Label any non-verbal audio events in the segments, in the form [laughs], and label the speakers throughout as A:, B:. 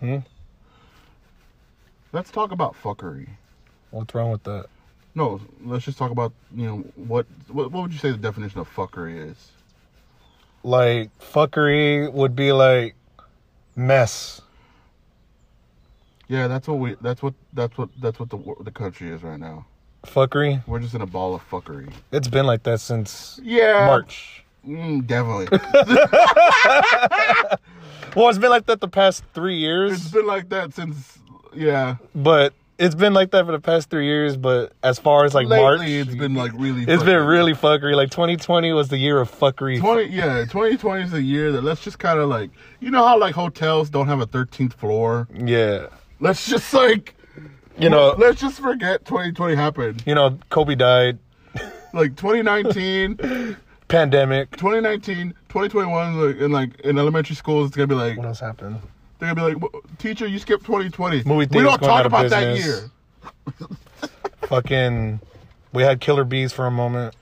A: Hmm?
B: Let's talk about fuckery.
A: What's wrong with that?
B: No, let's just talk about you know what what, what would you say the definition of fuckery is?
A: Like fuckery would be like mess.
B: Yeah, that's what we that's what that's what that's what the wor- the country is right now.
A: Fuckery.
B: We're just in a ball of fuckery.
A: It's been like that since
B: Yeah,
A: March.
B: Mm,
A: [laughs]
B: definitely.
A: Well, it's been like that the past three
B: it's
A: years,
B: been like that since yeah.
A: but it's been like that for the past three years. But as far as like March,
B: Lately, it's been like really.
A: it's been
B: fuckery.
A: really fuckery. Like 2020 was the year of fuckery.
B: Twenty yeah, twenty twenty is a year that let's just kind of like you know how like hotels don't have a thirteenth floor.
A: yeah,
B: Let's just like
A: you know,
B: let's just forget twenty twenty happened.
A: you know, Kobe died.
B: Like 2019, 2019,
A: Pandemic.
B: 2021, like in like in elementary schools, it's gonna be like
A: What else happened?
B: they're gonna be like, "Well, teacher, you skipped twenty twenty.
A: Movie
B: We
A: theaters
B: don't
A: going out
B: talk
A: of
B: about that
A: business.
B: year.
A: Fucking. We had killer bees for a moment.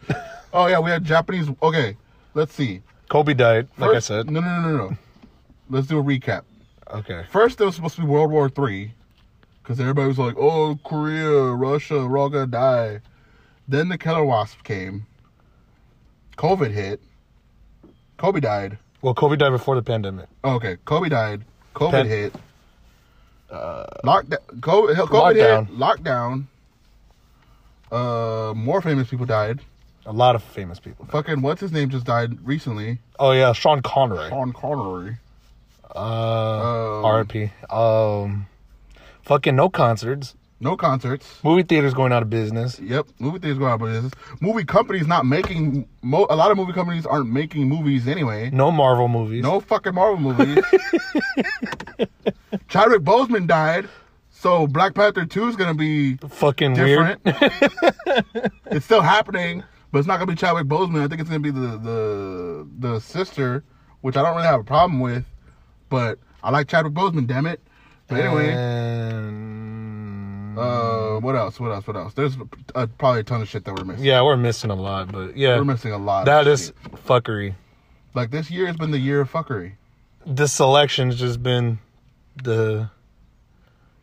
B: Oh yeah, we had Japanese. Okay, let's see.
A: Kobe died, like
B: First-
A: I said.
B: no, no, no, no, no. let's do a recap.
A: Okay.
B: First, it was supposed to be World War Three, because everybody was like, "Oh, Korea, Russia, we're all gonna die." Then the killer wasp came. COVID hit. Kobe died.
A: Well, Kobe died before the pandemic.
B: Oh, okay, Kobe died. COVID
A: Pen-
B: hit. Uh, Lockdown. COVID, COVID hit. Lockdown. Uh, more famous people died.
A: A lot of famous people.
B: Fucking what's his name just died recently?
A: Oh yeah, Sean Connery.
B: Sean Connery.
A: Uh,
B: Um,
A: R.I.P. Um, fucking no concerts.
B: No concerts.
A: Movie theaters going out of business.
B: Yep, movie theaters going out of business. Movie companies not making. Mo- a lot of movie companies aren't making movies anyway.
A: No Marvel movies.
B: No fucking Marvel movies. Chadwick Boseman died, so Black Panther Two is gonna be
A: Fucking
B: different.
A: weird.
B: [laughs] it's still happening, but it's not gonna be Chadwick Boseman. I think it's gonna be the the the sister, which I don't really have a problem with, but I like Chadwick Boseman. Damn it. But anyway.
A: And-
B: Uh, what else? What else? What else? There's uh, probably a ton of shit that we're missing.
A: yeah, we're missing a lot, but yeah,
B: We're missing a lot.
A: that
B: of
A: is
B: shit.
A: fuckery.
B: like this year has been the year of fuckery.
A: This selection's just been the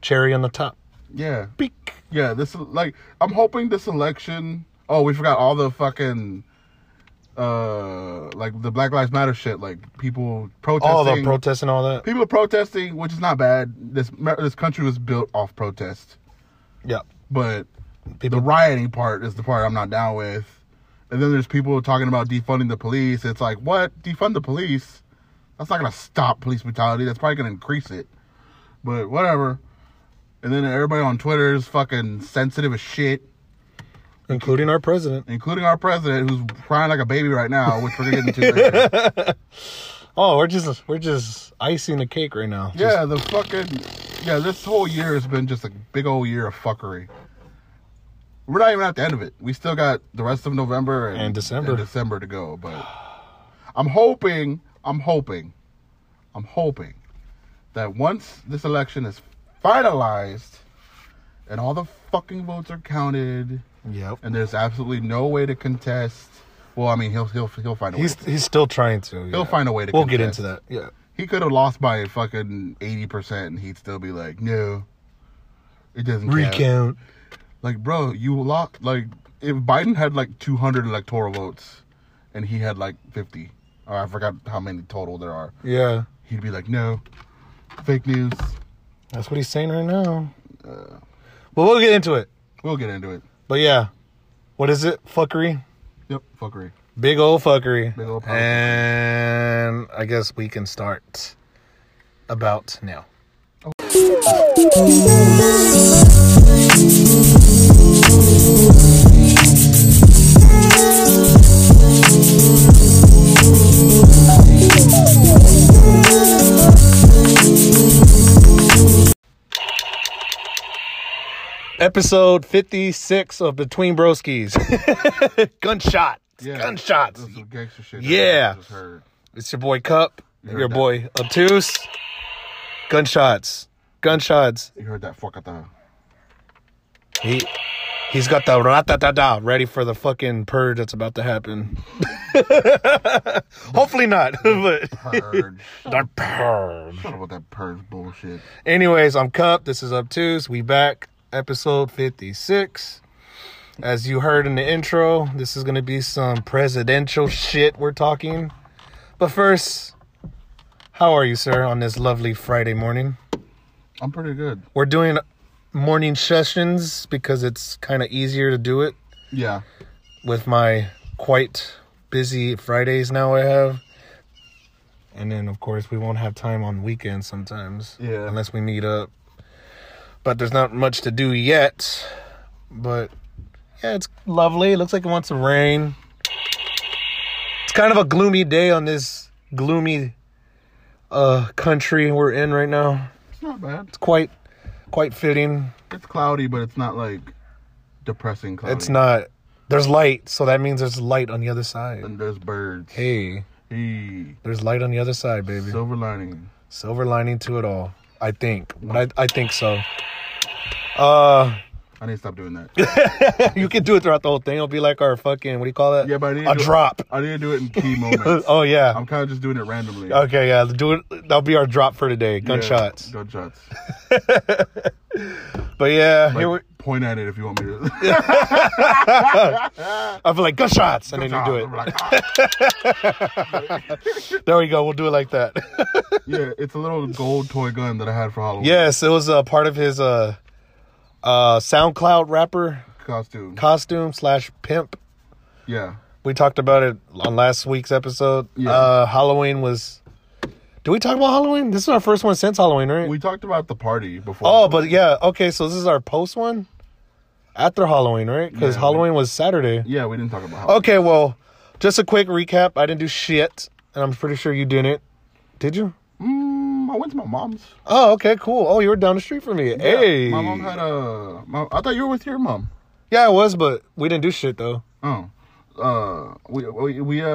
A: cherry on the top.
B: Yeah,
A: Beak.
B: yeah. This like I'm hoping this election. Oh, we forgot all the fucking uh like the Black Lives Matter shit. Like people protesting.
A: All the protests and all that.
B: people are protesting, which is not bad. This this country was built off protest,
A: Yeah.
B: but
A: People-
B: the rioting part is the part I'm not down with. And then there's people talking about defunding the police. It's like, what? Defund the police? That's not going to stop police brutality. That's probably going to increase it. But whatever. And then everybody on Twitter is fucking sensitive as shit,
A: including our president.
B: including our president, who's crying like a baby right now, which we're going to get into later.
A: Oh, we're just we're just icing the cake right now. Just-
B: Yeah, the fucking yeah. This whole year has been just a big old year of fuckery. We're not even at the end of it. We still got the rest of November and,
A: And December.
B: December to go. But I'm hoping, I'm hoping, I'm hoping that once this election is finalized and all the fucking votes are counted,
A: Yep.
B: and there's absolutely no way to contest. Well, I mean, he'll he'll he'll find a way.
A: He's he's still trying to.
B: He'll find a way to
A: We'll get
B: contest.
A: into that. Yeah.
B: He could have lost by fucking eighty percent, and he'd still be like, "No, it doesn't count."
A: Recount.
B: Like, bro, you lost. Like, if Biden had like two hundred electoral votes, and he had like fifty, or I forgot how many total there are,
A: Yeah.
B: he'd be like, "No, fake news."
A: That's what he's saying right now. Well, we'll get into it.
B: We'll get into it.
A: But yeah, what is it? Fuckery.
B: Yep, fuckery.
A: Big old fuckery.
B: Big ol' politics.
A: and I guess we can start about now. Episode 56 of Between Broskies. [laughs] Gunshots. Gunshots.
B: That's some gangster shit.
A: Yeah.
B: I just heard.
A: It's your boy Cup,
B: heard
A: your
B: that.
A: boy Obtuse. Gunshots. Gunshots.
B: You heard that fuck at the
A: He He's got the ra-ta-ta-da ready for the fucking purge that's about to happen. [laughs] Hopefully not. [laughs] but
B: Purge. [laughs]
A: the purge.
B: Shut up with that purge bullshit.
A: Anyways, I'm Cup. This is Obtuse. We back episode 56. As you heard in the intro, this is going to be some presidential [laughs] shit we're talking. But first, how are you, sir, on this lovely Friday morning?
B: I'm pretty good.
A: We're doing morning sessions because it's kind of easier to do it
B: Yeah.
A: with my quite busy Fridays now I have. And then of course we won't have time on weekends sometimes.
B: Yeah.
A: Unless we meet up. But there's not much to do yet. But yeah, it's lovely. It looks like it wants to rain. It's kind of a gloomy day on this gloomy uh country we're in right now.
B: It's not bad.
A: It's quite quite fitting.
B: It's cloudy, but it's not like depressing cloudy.
A: It's not there's light, so that means there's light on the other side.
B: And there's birds.
A: Hey.
B: Hey.
A: There's light on the other side, baby.
B: Silver lining.
A: Silver lining to it all. I think. But I, I think so. Uh
B: I need to stop doing that.
A: you can do it throughout the whole thing. It'll be like our fucking what do you call that?
B: Yeah, but I need to
A: a
B: do it-
A: drop.
B: I need to do it in
A: [laughs]
B: key moments.
A: oh yeah.
B: I'm kind of just doing it randomly.
A: Okay, yeah. Do it that'll be our drop for today.
B: Yeah,
A: Gunshots.
B: gunshots.
A: But yeah, here we
B: Like, point at it if you want me
A: [laughs]
B: to.
A: I feel like gunshots and then you
B: I'm [laughs]
A: do
B: like, "Ah."
A: it. There we go, we'll do it like that. [laughs]
B: yeah, it's a little gold toy gun that I had for Halloween
A: yes, it was a part of his uh uh SoundCloud rapper
B: costume.
A: costume slash pimp.
B: yeah.
A: we talked about it on last week's episode.
B: Yeah.
A: Uh, Halloween was. Do we talk about Halloween? This is our first one since Halloween, right?
B: We talked about the party before.
A: oh, but yeah. Okay, so this is our post one after Halloween, right? Because
B: Yeah, we-
A: Halloween was Saturday.
B: yeah, we didn't talk about Halloween.
A: Okay, well, just a quick recap. I didn't do shit, and I'm pretty sure you didn't. Did you?
B: Mm, I went to my mom's.
A: Oh, okay, cool. Oh, you were down the street from me.
B: Yeah,
A: hey.
B: my mom had a. My, I thought you were with your mom.
A: yeah, I was, but we didn't do shit though.
B: Oh, uh, we we, we uh.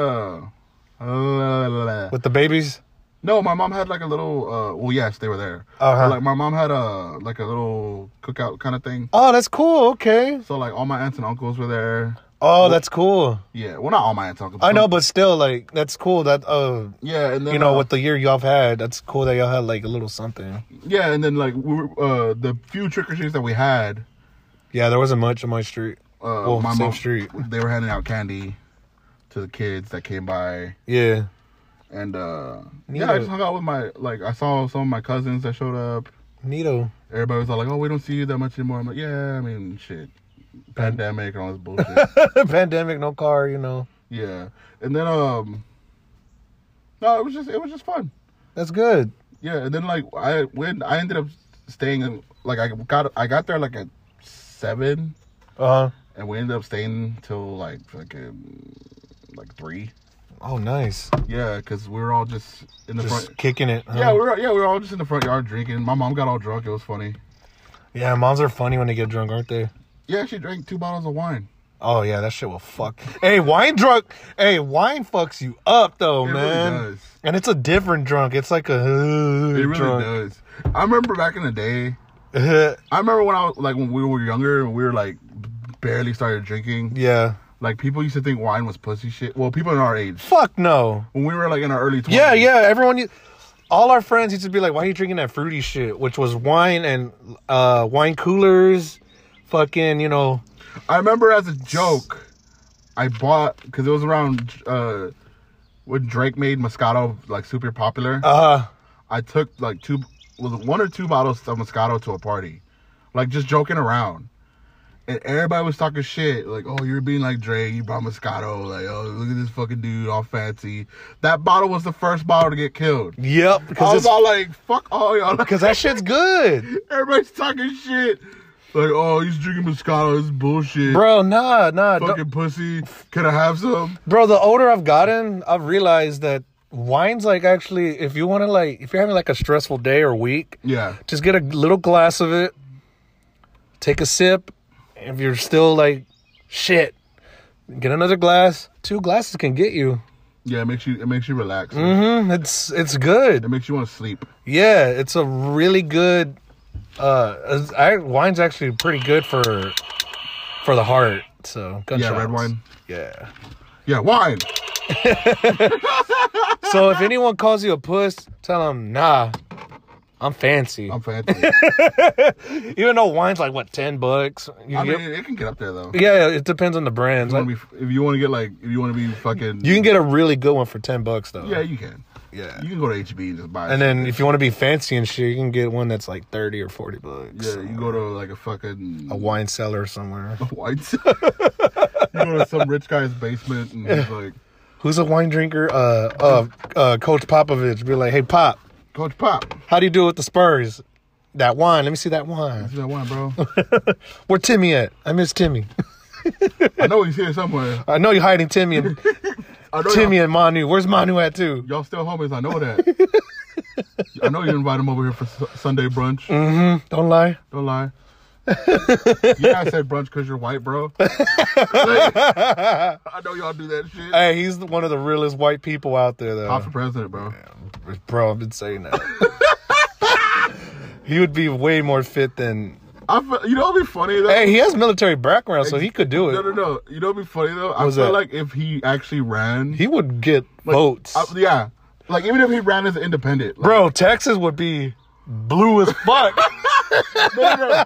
B: la, la, la.
A: With the babies.
B: No, my mom had like a little. uh Well, yes, they were there.
A: Uh-huh.
B: But, Like my mom had a like a little cookout kind of thing.
A: Oh, that's cool. Okay.
B: So like all my aunts and uncles were there.
A: Oh, that's cool.
B: Yeah, well, not all my aunts and uncles.
A: I
B: but-
A: know, but still, like, that's cool. That uh,
B: Yeah, and then
A: you know,
B: uh,
A: with the year y'all have had, that's cool that y'all had like a little something.
B: Yeah, and then like we were, uh, the few trick or treats that we had,
A: Yeah, there wasn't much on my street.
B: uh,
A: Well,
B: my
A: same
B: mom,
A: street.
B: they were handing out candy to the kids that came by,
A: Yeah.
B: and uh, yeah,
A: Neither-
B: I just hung out with my like I saw some of my cousins that showed up.
A: Neato.
B: Everybody was all like, "Oh, we don't see you that much anymore." I'm like, "Yeah, I mean, shit, pandemic and all this bullshit."
A: [laughs] Pandemic, no car, you know.
B: yeah, and then um, no, it was just it was just fun.
A: That's good.
B: Yeah, and then like I when I ended up staying like I got I got there like at seven.
A: Uh huh.
B: and we ended up staying till like fucking like three.
A: Oh, nice.
B: Yeah, because we were all just in the
A: Just
B: front.
A: kicking it. huh?
B: Yeah, we were yeah we were all just in the front yard drinking. My mom got all drunk. It was funny.
A: yeah, moms are funny when they get drunk, aren't they?
B: Yeah, she drank two bottles of wine.
A: Oh yeah, that shit will fuck. Hey, wine drunk. Hey, wine fucks you up though,
B: It really
A: Oh, man.
B: does.
A: And it's a different drunk. It's like a uh,
B: It really
A: drunk.
B: does. I remember back in the day. I remember when I was like when we were younger and we were like barely started drinking.
A: [laughs] yeah.
B: Like people used to think wine was pussy shit. Well, people in our age
A: Fuck no.
B: when we were like in our early 20s.
A: Yeah, yeah. Everyone, u- all our friends used to be like, "Why are you drinking that fruity shit?" Which was wine and uh, wine coolers, fucking, you know.
B: I remember as a joke, I bought because it was around uh, when Drake made Moscato like super popular.
A: Uh,
B: I took like two, was it one or two bottles of Moscato to a party, like just joking around, and everybody was talking shit like, "Oh, you're being like Drake. You brought Moscato. Like, oh, look at this fucking dude, all fancy." That bottle was the first bottle to get killed.
A: yep,
B: I
A: because [laughs]
B: was all like, "Fuck all y'all!"
A: because that shit's good,
B: everybody's talking shit. Like, oh, he's drinking Moscato. This is bullshit.
A: bro. Nah, nah, don't-
B: fucking pussy. Can I have some?
A: bro. The older I've gotten, I've realized that wine's like actually, if you want to like, if you're having like a stressful day or week,
B: Yeah.
A: just get a little glass of it, take a sip. If you're still like, shit, get another glass. Two glasses can get you.
B: Yeah, it makes you it makes you relax.
A: hmm It's it's
B: It
A: good.
B: makes you want to sleep.
A: Yeah, it's a really good. Uh, I, wine's actually pretty good for for the heart. So gunshots.
B: Yeah, red wine.
A: Yeah.
B: Yeah, wine.
A: So if anyone calls you a puss, tell them nah, I'm fancy.
B: I'm
A: [laughs]
B: fancy.
A: Even though wine's like what ten bucks. You
B: I
A: get-
B: mean, it, it can get up there though.
A: yeah, it depends on the brand.
B: You wanna
A: Like,
B: be- if you want to get like, if you want to be fucking,
A: you can get a really good one for ten bucks though.
B: Yeah, you can.
A: Yeah.
B: You can go to HB and just buy.
A: And
B: it.
A: then if you want to be fancy and shit, you can get one that's like thirty or forty bucks.
B: yeah, you go to like a fucking [laughs]
A: a wine cellar somewhere.
B: white.
A: [laughs]
B: you go to some rich guy's basement and he's like,
A: Who's a wine drinker? Uh, uh, uh Coach Popovich. Be like, hey Pop,
B: Coach Pop,
A: how do you do with the Spurs? That wine. Let me see that wine.
B: see that wine,
A: [laughs]
B: bro?
A: Where Timmy at? I miss Timmy. [laughs]
B: I know he's here somewhere.
A: I know you're hiding Timmy [laughs] and
B: I know
A: Timmy and Manu. Where's Manu at too?
B: Y'all, y'all still homies. I know that.
A: [laughs]
B: I know you invite him over here for su- Sunday brunch.
A: Mm. Don't lie.
B: Don't lie. yeah, I said brunch because you're white, bro. Like, I know y'all do that shit.
A: Hey, he's one of the realest white people out there, though.
B: Pop for president, bro.
A: Bro, I've been saying that. [laughs] he would be way more fit than.
B: I fe- you know what'd be funny though?
A: Hey, he has military background, so he could do
B: No, no,
A: it.
B: no. You know what'd be funny though? I
A: What's
B: feel
A: that?
B: like if he actually ran,
A: He would get votes.
B: I- yeah, like even if he ran as an independent, like,
A: Bro, Texas would be blue as fuck.
B: [laughs]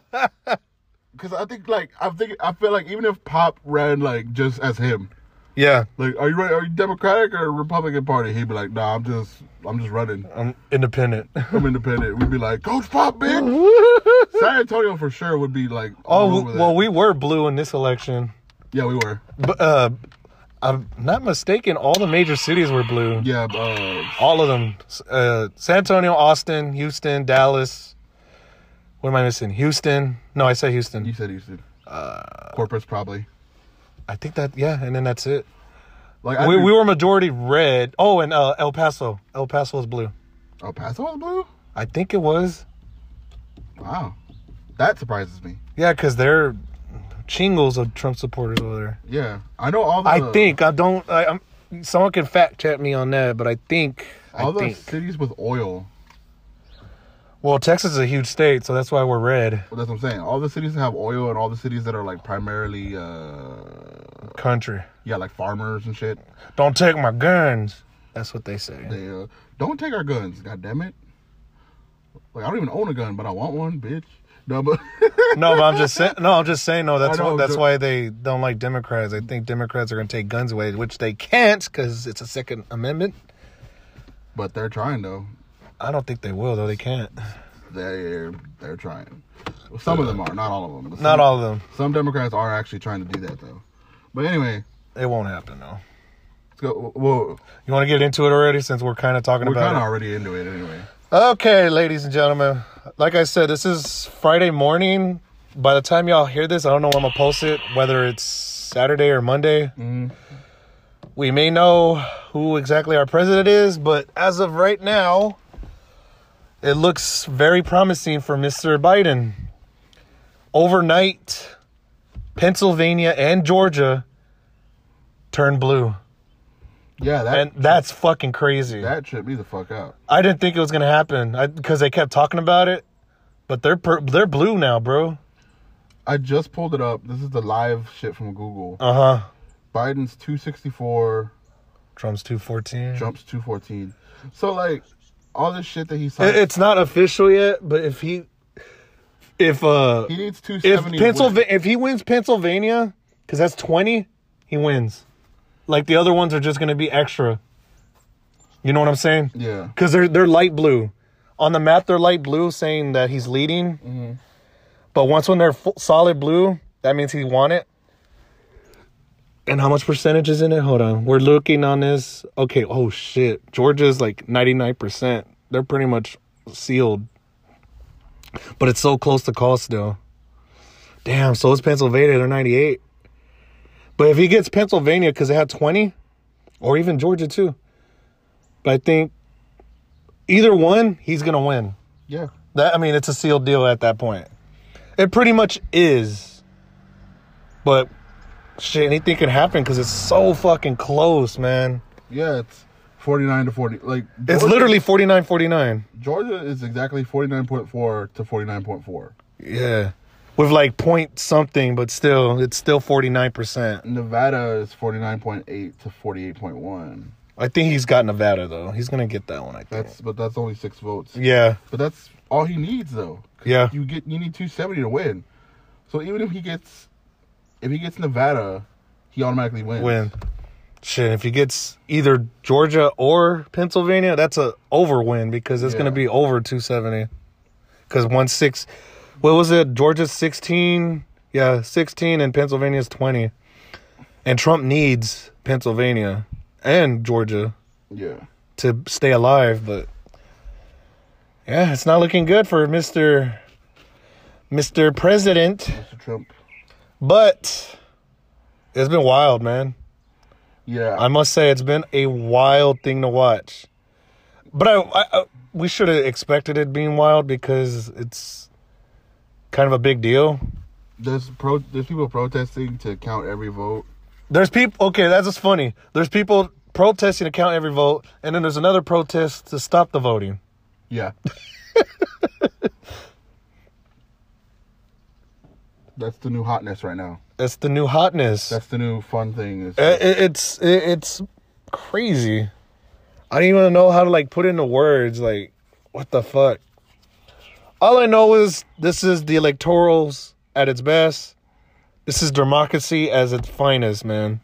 B: because I think like I think I feel like even if Pop ran like just as him,
A: [laughs] yeah,
B: like are you right? Are you Democratic or Republican Party? He'd be like, Nah, I'm just I'm just running.
A: I'm independent.
B: I'm independent. We'd be like, Coach Pop, bitch.
A: [laughs]
B: San Antonio for sure would be like, all
A: oh,
B: over that.
A: well, we were blue in this election.
B: yeah, we were.
A: But, uh, I'm not mistaken, all the major cities were blue.
B: Yeah, but, uh,
A: All of them. Uh, San Antonio, Austin, Houston, Dallas. What am I missing? Houston. No, I said
B: you
A: Houston.
B: said Houston. Uh, Corpus probably.
A: I think that, yeah, and then that's it.
B: Like I
A: We,
B: think-
A: we were majority red. Oh, and uh, El Paso. El Paso was blue.
B: El Oh, Paso was blue.
A: I think it was.
B: Wow, that surprises me.
A: Yeah, because they're chingles of Trump supporters over there.
B: Yeah, I know all. The,
A: I think. I don't. I, I'm, someone can fact check me on that, but I think. I
B: all the
A: think.
B: cities with oil.
A: Well, Texas is a huge state, so that's why we're red
B: Well, that's what I'm saying. All the cities that have oil and all the cities that are like primarily, uh,
A: country.
B: yeah, like farmers and shit.
A: Don't take my guns. That's what they say.
B: They uh, don't take our guns. God damn it! Like I don't even own a gun, but I want one, bitch. No, but
A: [laughs]
B: [laughs]
A: No, but I'm just saying. No, I'm just saying. No, that's
B: I know,
A: why, that's
B: the-
A: why they don't like Democrats. I think Democrats are going to take guns away, which they can't because it's a Second Amendment.
B: but they're trying though.
A: I don't think they will though. They can't.
B: They're they're trying. Some of them are, not all of them. But
A: Not
B: some-
A: all of them.
B: Some Democrats are actually trying to do that though. But anyway,
A: It won't happen though.
B: let's go. Well,
A: You want to get into it already since we're kind of talking
B: we're
A: about
B: kind
A: it?
B: of already into it anyway.
A: Okay, ladies and gentlemen. Like I said, this is Friday morning. By the time y'all hear this, I don't know when I'm gonna post it, whether it's Saturday or Monday. We may know who exactly our president is, but as of right now, it looks very promising for Mr. Biden. Overnight, Pennsylvania and Georgia turned blue.
B: Yeah, that
A: And that's fucking crazy.
B: that tripped me the fuck out.
A: I didn't think it was gonna happen because they kept talking about it, but they're per- they're blue now, bro.
B: I just pulled it up. This is the live shit from Google.
A: Uh huh.
B: Biden's 264
A: Trump's two fourteen.
B: jumps 214. So like all this shit that he signed,
A: It's not official yet, but if he, if uh,
B: he needs
A: if
B: 270.
A: Pennsylvania, if he wins Pennsylvania, because that's twenty, he wins. Like the other ones are just gonna be extra. You know what I'm saying?
B: win. yeah,
A: because they're they're light blue. On the map, they're light blue, saying that he's leading. But once when they're full, solid blue, that means he won it. And how much percentage is in it? Hold on, we're looking on this. Okay, oh shit, Georgia's like ninety nine percent. They're pretty much sealed. But it's so close to call still. Damn, so is Pennsylvania. They're ninety eight. But if he gets Pennsylvania because they had twenty, or even Georgia too. But I think either one, he's gonna win.
B: yeah.
A: That I mean, it's a sealed deal at that point. It pretty much is. But shit, anything can happen because it's so fucking close, man.
B: Yeah, it's 49 to 40. Like
A: It's
B: Georgia-
A: literally 49 49.
B: Georgia is exactly 49.4 to 49.4.
A: Yeah. with like point something, but still, it's still 49%.
B: Nevada is 49.8 to 48.1.
A: I think he's got Nevada, though. He's going to get that one, I think.
B: That's but that's only six votes.
A: yeah.
B: But that's all he needs though. 'Cause
A: Yeah.
B: You get you need 270 to win. So even if he gets if he gets Nevada, he automatically wins.
A: Win. Shit, if he gets either Georgia or Pennsylvania, that's a over win because it's going
B: Yeah.
A: to be over 270. Because one six, what was it? Georgia's 16. Yeah, 16 and Pennsylvania's 20. And Trump needs Pennsylvania and Georgia
B: Yeah.
A: to stay alive, but yeah, it's not looking good for Mr. Mr. President.
B: Mr. Trump.
A: But it's been wild, man.
B: Yeah.
A: I must say it's been a wild thing to watch. But I, I, I we should have expected it being wild because it's kind of a big deal.
B: there's pro there's people protesting to count every vote.
A: There's people. Okay, that's just funny. There's people protesting to count every vote, and then there's another protest to stop the voting.
B: Yeah. That's the new hotness right now.
A: That's the new hotness.
B: That's the new fun thing. Is
A: Uh, it, it's it, it's crazy. I didn't even know how to like put into words like what the fuck. All I know is this is the electorals at its best. This is democracy as its finest, man.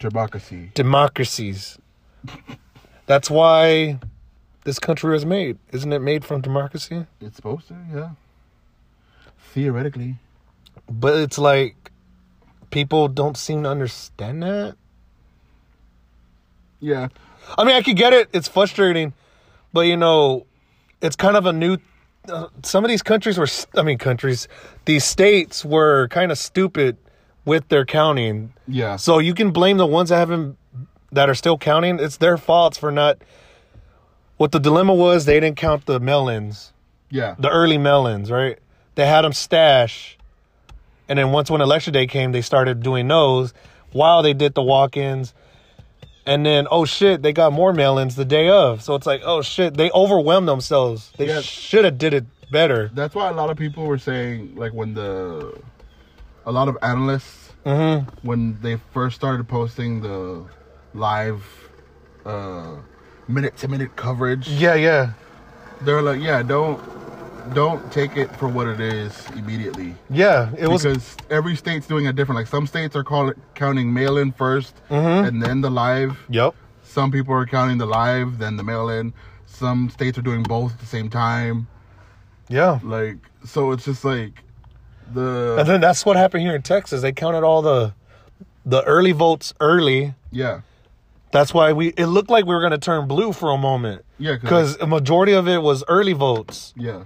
B: democracy.
A: Democracies. That's why this country was made. Isn't it made from democracy?
B: It's supposed to, yeah. Theoretically,
A: But it's like people don't seem to understand that.
B: yeah.
A: I mean, I could get it. It's frustrating, but you know, it's kind of a new. Uh, some of these countries were, s- I mean, countries, these states were kind of stupid with their counting.
B: Yeah.
A: So you can blame the ones that haven't, that are still counting. It's their faults for not. What the dilemma was, they didn't count the melons,
B: Yeah.
A: the early melons, right? They had them stash, and then once when election day came, they started doing those while they did the walk-ins. And then, oh shit, they got more mail-ins the day of. So it's like, oh shit, they overwhelmed themselves. They
B: Yeah.
A: should have did it better.
B: That's why a lot of people were saying, like, when the a lot of analysts when they first started posting the live uh minute to minute coverage,
A: Yeah, yeah,
B: they're like, yeah, don't don't take it for what it is immediately.
A: yeah. It was
B: because every state's doing it different. Like some states are call counting mail in 1st
A: Mm-hmm.
B: and then the live.
A: yep,
B: Some people are counting the live, then the mail in. Some states are doing both at the same time.
A: yeah.
B: Like so, it's just like
A: And
B: the
A: then that's what happened here in Texas. They counted all the the early votes early.
B: yeah,
A: That's why we. It looked like we were gonna turn blue for a moment.
B: Yeah, 'cause-
A: because a majority of it was early votes.
B: yeah,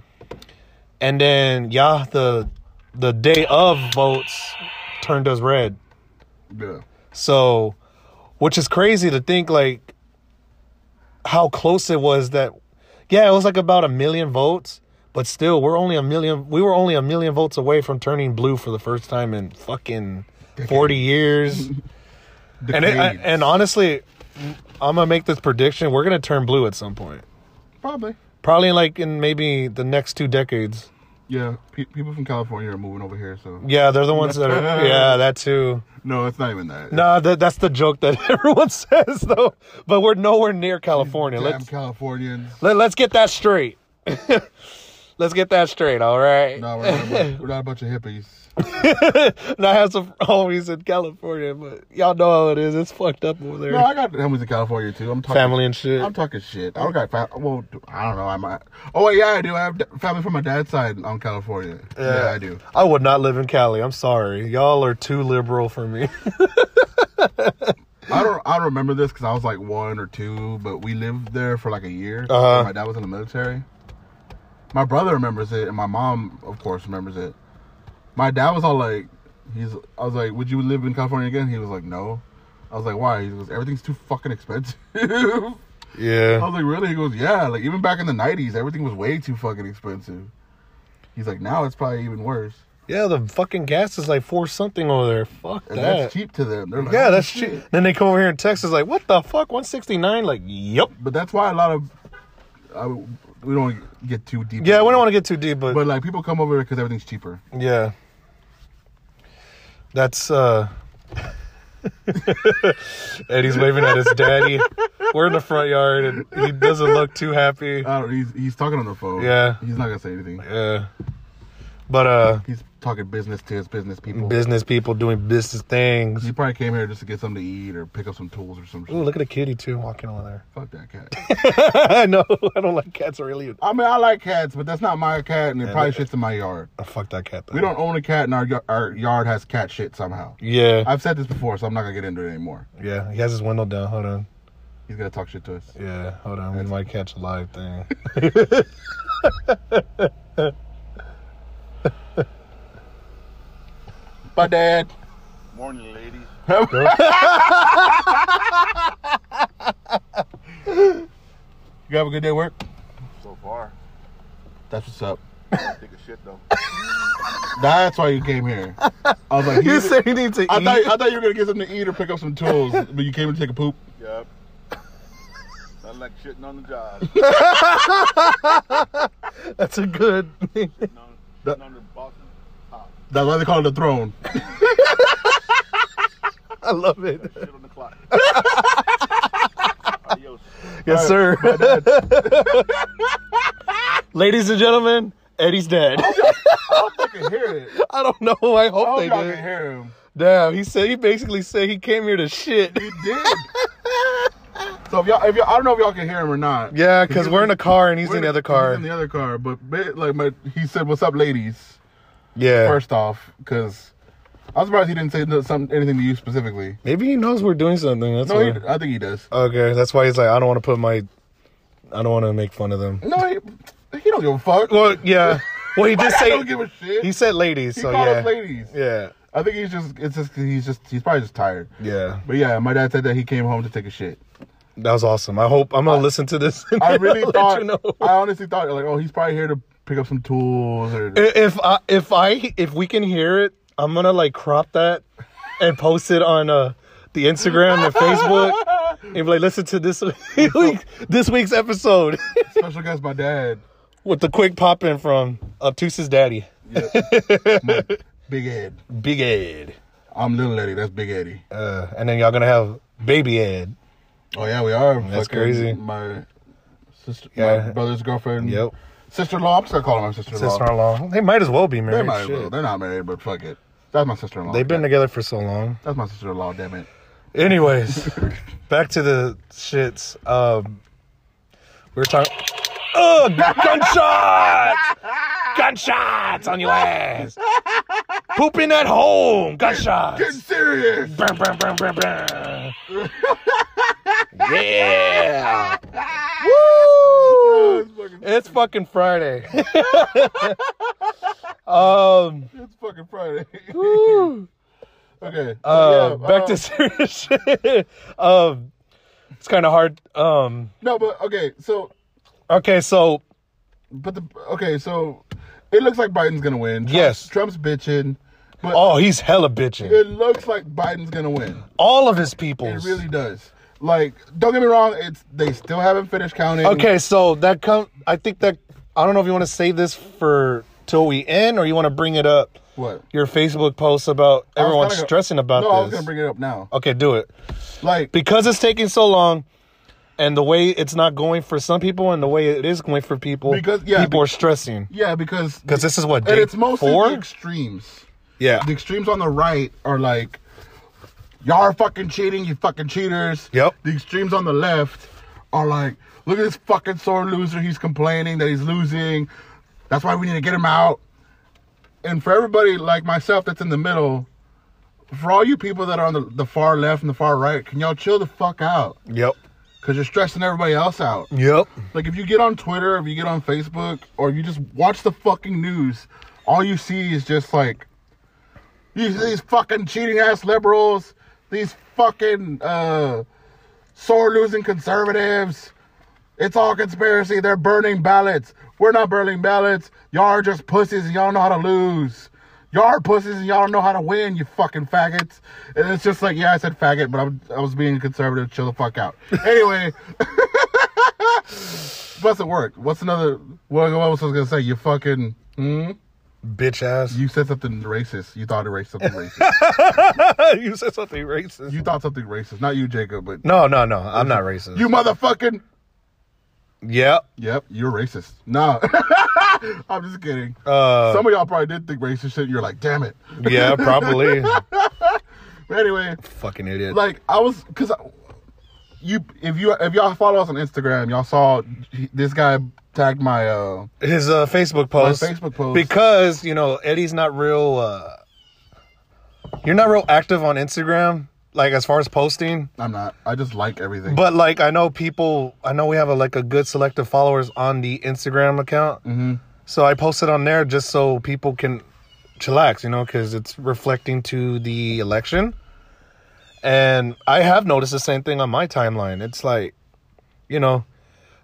A: and then yeah the the day of votes turned us red
B: yeah,
A: so which is crazy to think like how close it was that yeah it was like about a million votes but still we're only a million we were only a million votes away from turning blue for the first time in fucking 40 years and it,
B: Decades.
A: and honestly i'm gonna make this prediction we're gonna turn blue at some point
B: probably
A: probably like in maybe the next two decades
B: yeah. Pe- people from California are moving over here, so
A: Yeah, they're the ones that are. Yeah, that too.
B: no, it's not even that.
A: Nah, that, that's the joke that [laughs] everyone says though. But we're nowhere near California.
B: damn
A: Let's
B: Californians.
A: let, let's get that straight. [laughs] let's get that straight. All right.
B: No, we're not, a bunch, we're not a bunch of hippies.
A: And I have some homies in California, but y'all know how it is. It's fucked up over there.
B: No, I got homies in California too. I'm talking
A: Family and shit.
B: I'm talking shit. I don't got fa- well. I don't know. I might. Oh wait, yeah, I do. I have d- family from my dad's side on California. Yeah, I do.
A: I would not live in Cali. I'm sorry. Y'all are too liberal for me. [laughs]
B: I don't. I don't remember this because I was like one or two, but we lived there for like a year.
A: Uh-huh.
B: My dad was in the military. My brother remembers it, and my mom, of course, remembers it. My dad was all like, "He's." I was like, "Would you live in California again?" He was like, "No." I was like, "Why?" He goes, "Everything's too fucking expensive." [laughs] I
A: yeah.
B: was like, "Really?" He goes, "Yeah." Like even back in the '90s, everything was way too fucking expensive. He's like, "Now it's probably even worse."
A: Yeah, the fucking gas is like four something over there. Fuck
B: And
A: that.
B: that's cheap to them. They're like,
A: Yeah,
B: "Oh,
A: that's
B: shit."
A: cheap. Then they come over here in Texas, like, what the fuck, one sixty nine? Like, yep.
B: But that's why a lot of uh, we don't get too deep.
A: Yeah, we don't want to get too deep, but,
B: But like people come over because everything's cheaper.
A: yeah, that's uh. [laughs] Eddie's waving at his daddy. We're in the front yard, and he doesn't look too happy.
B: I don't, he's he's talking on the phone.
A: Yeah.
B: he's not gonna say anything.
A: Yeah, but uh,
B: He's talking business to his business people.
A: business people doing business things.
B: He probably came here just to get something to eat or pick up some tools or some shit.
A: Ooh, look at a kitty too walking over there.
B: Fuck that
A: [laughs]
B: cat.
A: I know. I don't like cats really.
B: I mean, I like cats, but that's not my cat, and it
A: Yeah,
B: probably
A: that-
B: shits in my yard.
A: Oh, fuck that cat. Though.
B: We don't own a cat, and our y- our yard has cat shit somehow.
A: Yeah.
B: I've said this before, so I'm not gonna get into it anymore.
A: yeah. He has his window down. Hold on.
B: He's gonna talk shit to us.
A: Yeah. Hold on. We might catch a live [laughs] thing.
B: Bye, Dad.
C: Morning, ladies.
B: You have a good day at work.
C: So far,
B: That's what's up.
C: I don't think of shit [coughs] though.
B: That's why you came here. I was [laughs] like, he-
A: he needs to
B: I thought I thought you were gonna get something to eat or pick up some tools, but you came to take a poop.
C: [coughs] Yep. Nothing like shitting on the [coughs] job.
A: [laughs] That's a good.
C: shitting on, shitting on the boss's top.
B: That's why they call it the throne.
A: I love it.
C: Shit on the clock. Adios.
A: Yes, sir. [laughs] Ladies and gentlemen, Eddie's dead.
B: I can hear it.
A: [laughs] I don't know. Oh, I hope
B: I hope
A: they
B: y'all
A: did.
B: can hear him.
A: Damn. He said he basically said he came here to shit.
B: He did. so if y'all, if y'all, I don't know if y'all can hear him or not.
A: [laughs] Yeah, because we're in a car and he's
B: We're
A: in the other car.
B: He's in the other car, but ba- like my, he said, "What's up, ladies?"
A: yeah.
B: First off, because I was surprised he didn't say no- some, anything to you specifically.
A: Maybe he knows we're doing something. That's
B: No,
A: why.
B: he, I think he does.
A: Okay, that's why he's like, I don't want to put my, I don't want to make fun of them.
B: No, he, he don't give a fuck.
A: Well, yeah. Well, [laughs] he did
B: I
A: say
B: don't give a shit.
A: he said ladies.
B: he
A: so
B: called
A: yeah,
B: us ladies.
A: yeah,
B: I think he's just it's just he's just he's probably just tired.
A: yeah.
B: But yeah, my dad said that he came home to take a shit.
A: That was awesome. I hope I'm gonna listen to this. and
B: I
A: I'll
B: really
A: [laughs] let
B: thought
A: you know.
B: I honestly thought like, oh, he's probably here to pick up some tools
A: [laughs]
B: or
A: I- if I if I if we can hear it, I'm gonna like crop that and post it on uh the Instagram and Facebook. And be like, listen to this [laughs] week, this week's episode [laughs]
B: special guest my dad.
A: with the quick pop in from Obtuse's daddy,
B: My Big Ed.
A: Big Ed,
B: I'm little Eddie, that's Big Eddie.
A: uh, and then y'all gonna have Baby Ed.
B: Oh yeah, we are.
A: That's
B: Fucking
A: crazy.
B: My sister my
A: Yeah.
B: brother's girlfriend.
A: Yep.
B: Sister in law, I'm just gonna call her my sister in
A: sister
B: law.
A: in law. They might as well be
B: They
A: married.
B: might as
A: shit.
B: well. They're not married, but fuck it. That's my sister in law.
A: They've been together for so long.
B: that's my sister in law, damn it.
A: Anyways, back to the shits. Um, we are talking. Oh, gunshot! Gunshots on your ass! Pooping at home!
B: Get
A: Gunshots!
B: serious!
A: Brum, brum, brum, brum, brum. yeah!
B: [laughs]
A: Woo!
B: It's fucking,
A: It's fucking
B: [laughs]
A: Friday. um.
B: it's fucking Friday.
A: woo.
B: [laughs] okay.
A: Uh,
B: Yeah,
A: back
B: uh,
A: to serious shit. um, it's kind of hard. Um,
B: No, but okay, so
A: okay, so
B: But the okay, so it looks like Biden's gonna win. Trump's-
A: Yes.
B: Trump's bitching, but
A: oh, he's hella bitching.
B: it looks like Biden's gonna win.
A: All of his
B: It
A: peoples.
B: really does. Like, don't get me wrong, it's they still haven't finished counting.
A: Okay, so that come. I think that I don't know if you want to save this for till we end, or you want to bring it up.
B: what?
A: Your Facebook post about
B: I was
A: everyone
B: kinda gonna-
A: stressing about
B: No, I was
A: this.
B: gonna bring it up now.
A: okay, do it
B: Like,
A: because it's taking so long. And the way it's not going for some people, and the way it is going for people,
B: Because- yeah,
A: people
B: be-
A: are stressing.
B: yeah, because
A: Because this is what
B: and
A: day
B: it's mostly
A: four.
B: the extremes.
A: yeah,
B: The extremes on the right are like, y'all are fucking cheating, you fucking cheaters.
A: Yep.
B: The extremes on the left are like, look at this fucking sore loser. He's complaining that he's losing. That's why we need to get him out. And for everybody like myself that's in the middle, for all you people that are on the, the far left and the far right, can y'all chill the fuck out?
A: yep,
B: Because you're stressing everybody else out.
A: yep.
B: Like if you get on Twitter, if you get on Facebook, or you just watch the fucking news, all you see is just like these these fucking cheating ass liberals, these fucking uh sore losing conservatives. It's all conspiracy. They're burning ballots. We're not burning ballots. Y'all are just pussies and y'all know how to lose. Y'all are pussies and y'all don't know how to win, you fucking faggots. And it's just like, yeah, I said faggot, but I'm, I was being conservative. Chill the fuck out. Anyway. Plus, it worked. What's another? What, what was I gonna say? You fucking. Hmm?
A: Bitch
B: [laughs]
A: ass.
B: You said something racist. You thought it was something
A: [laughs]
B: racist.
A: you said something racist.
B: you thought something racist. Not you, Jacob, but
A: no, no, no. I'm not racist.
B: you motherfucking.
A: Yep.
B: Yep, you're racist. No, [laughs] I'm just kidding.
A: Uh,
B: Some of y'all probably did think racist shit. And you're like, damn it.
A: yeah, probably.
B: But anyway,
A: Fucking idiot.
B: like I was because you if you if y'all follow us on Instagram, y'all saw this guy tagged my uh
A: his uh, Facebook post.
B: Facebook post.
A: Because you know Eddie's not real. Uh, you're not real active on Instagram, like as far as posting.
B: I'm not. I just like everything.
A: But like I know people. I know we have a, like a good select of followers on the Instagram account. Mm-hmm. So I posted on there just so people can chillax, you know, because it's reflecting to the election. And I have noticed the same thing on my timeline. It's like, you know,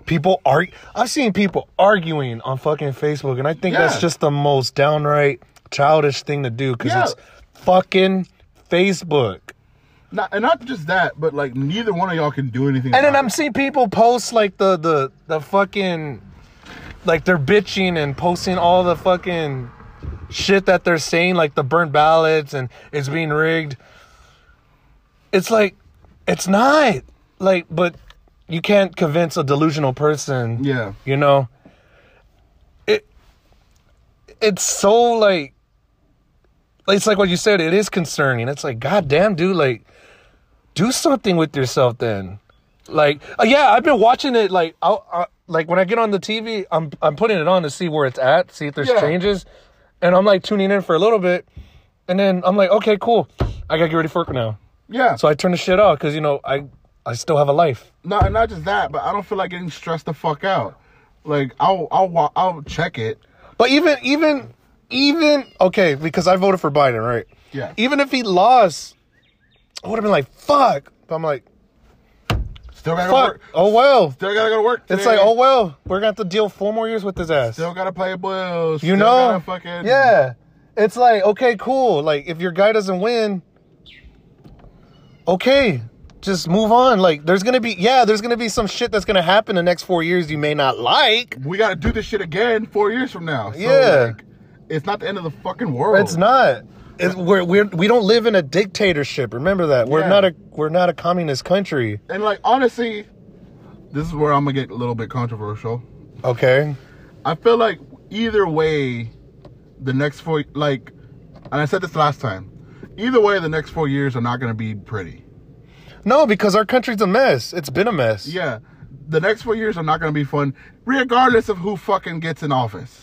A: people are. I've seen people arguing on fucking Facebook, and I think that's
B: Yeah.
A: just the most downright childish thing to do because
B: Yeah.
A: it's fucking Facebook.
B: not, and not just that, but like neither one of y'all can do anything.
A: And then
B: about
A: I'm seeing people post like the the the fucking like they're bitching and posting all the fucking shit that they're saying, like the burnt ballots and it's being rigged. It's like it's not like, but you can't convince a delusional person.
B: it. yeah.
A: you know. It it's so like it's like what you said. It is concerning. It's like goddamn, dude. Like do something with yourself then. Like uh, yeah, I've been watching it. Like I, I like when I get on the TV, I'm I'm putting it on to see where it's at, see if there's
B: Yeah.
A: changes, and I'm like tuning in for a little bit, and then I'm like, okay, cool. I gotta get ready for work now.
B: Yeah.
A: So I turn the shit off because you know I I still have a life.
B: No, and not just that, but I don't feel like getting stressed the fuck out. Like I'll I'll wa- I'll check it.
A: But even even even okay, because I voted for Biden, right?
B: Yeah.
A: Even if he lost, I would have been like, "Fuck!" But I'm like,
B: Still gotta go to
A: "Fuck!"
B: work.
A: Oh well.
B: Still gotta go to work.
A: It's
B: today.
A: like, oh well. We're gonna have to deal four more years with his ass.
B: Still gotta play bills.
A: you
B: Still
A: know?
B: gotta fucking
A: Yeah. It's like, okay, cool. Like, if your guy doesn't win, okay, just move on. Like, there's gonna be, yeah, there's gonna be some shit that's gonna happen the next four years you may not like.
B: we gotta do this shit again four years from now. So,
A: Yeah.
B: like, it's not the end of the fucking world.
A: It's not. It's, we're, we're, we don't live in a dictatorship. Remember that. We're
B: Yeah.
A: not a we're not a communist country.
B: And like honestly, this is where I'm gonna get a little bit controversial.
A: Okay.
B: I feel like either way, the next four like, and I said this last time. Either way, the next four years are not gonna be pretty.
A: No, because our country's a mess. It's been a mess.
B: Yeah, the next four years are not gonna be fun, regardless of who fucking gets in office.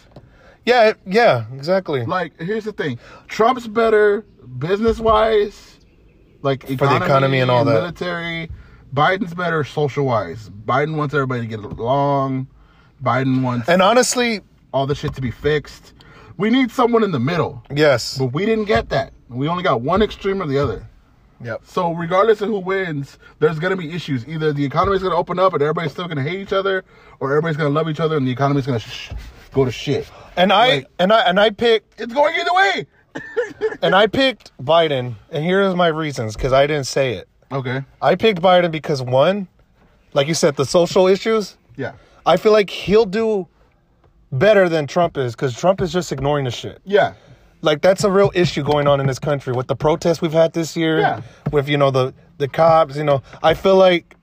A: Yeah. it- Yeah. Exactly.
B: Like, here's the thing: Trump's better business wise, like economy,
A: the economy and all that.
B: Military. Biden's better social wise. Biden wants everybody to get along. Biden wants
A: and honestly,
B: all the shit to be fixed. We need someone in the middle,
A: yes.
B: but we didn't get that. We only got one extreme or the other.
A: Yep.
B: So regardless of who wins, there's gonna be issues. Either the economy's gonna open up and everybody's still gonna hate each other, or everybody's gonna love each other and the economy's gonna sh- go to shit.
A: And I
B: Like-
A: and I and I picked
B: It's going either way.
A: and I picked Biden. And here's my reasons because I didn't say it.
B: Okay.
A: I picked Biden because one, like you said, the social issues.
B: Yeah.
A: I feel like he'll do better than Trump is because Trump is just ignoring the shit.
B: Yeah.
A: like that's a real issue going on in this country with the protests we've had this year
B: Yeah.
A: with you know the the cops you know i feel like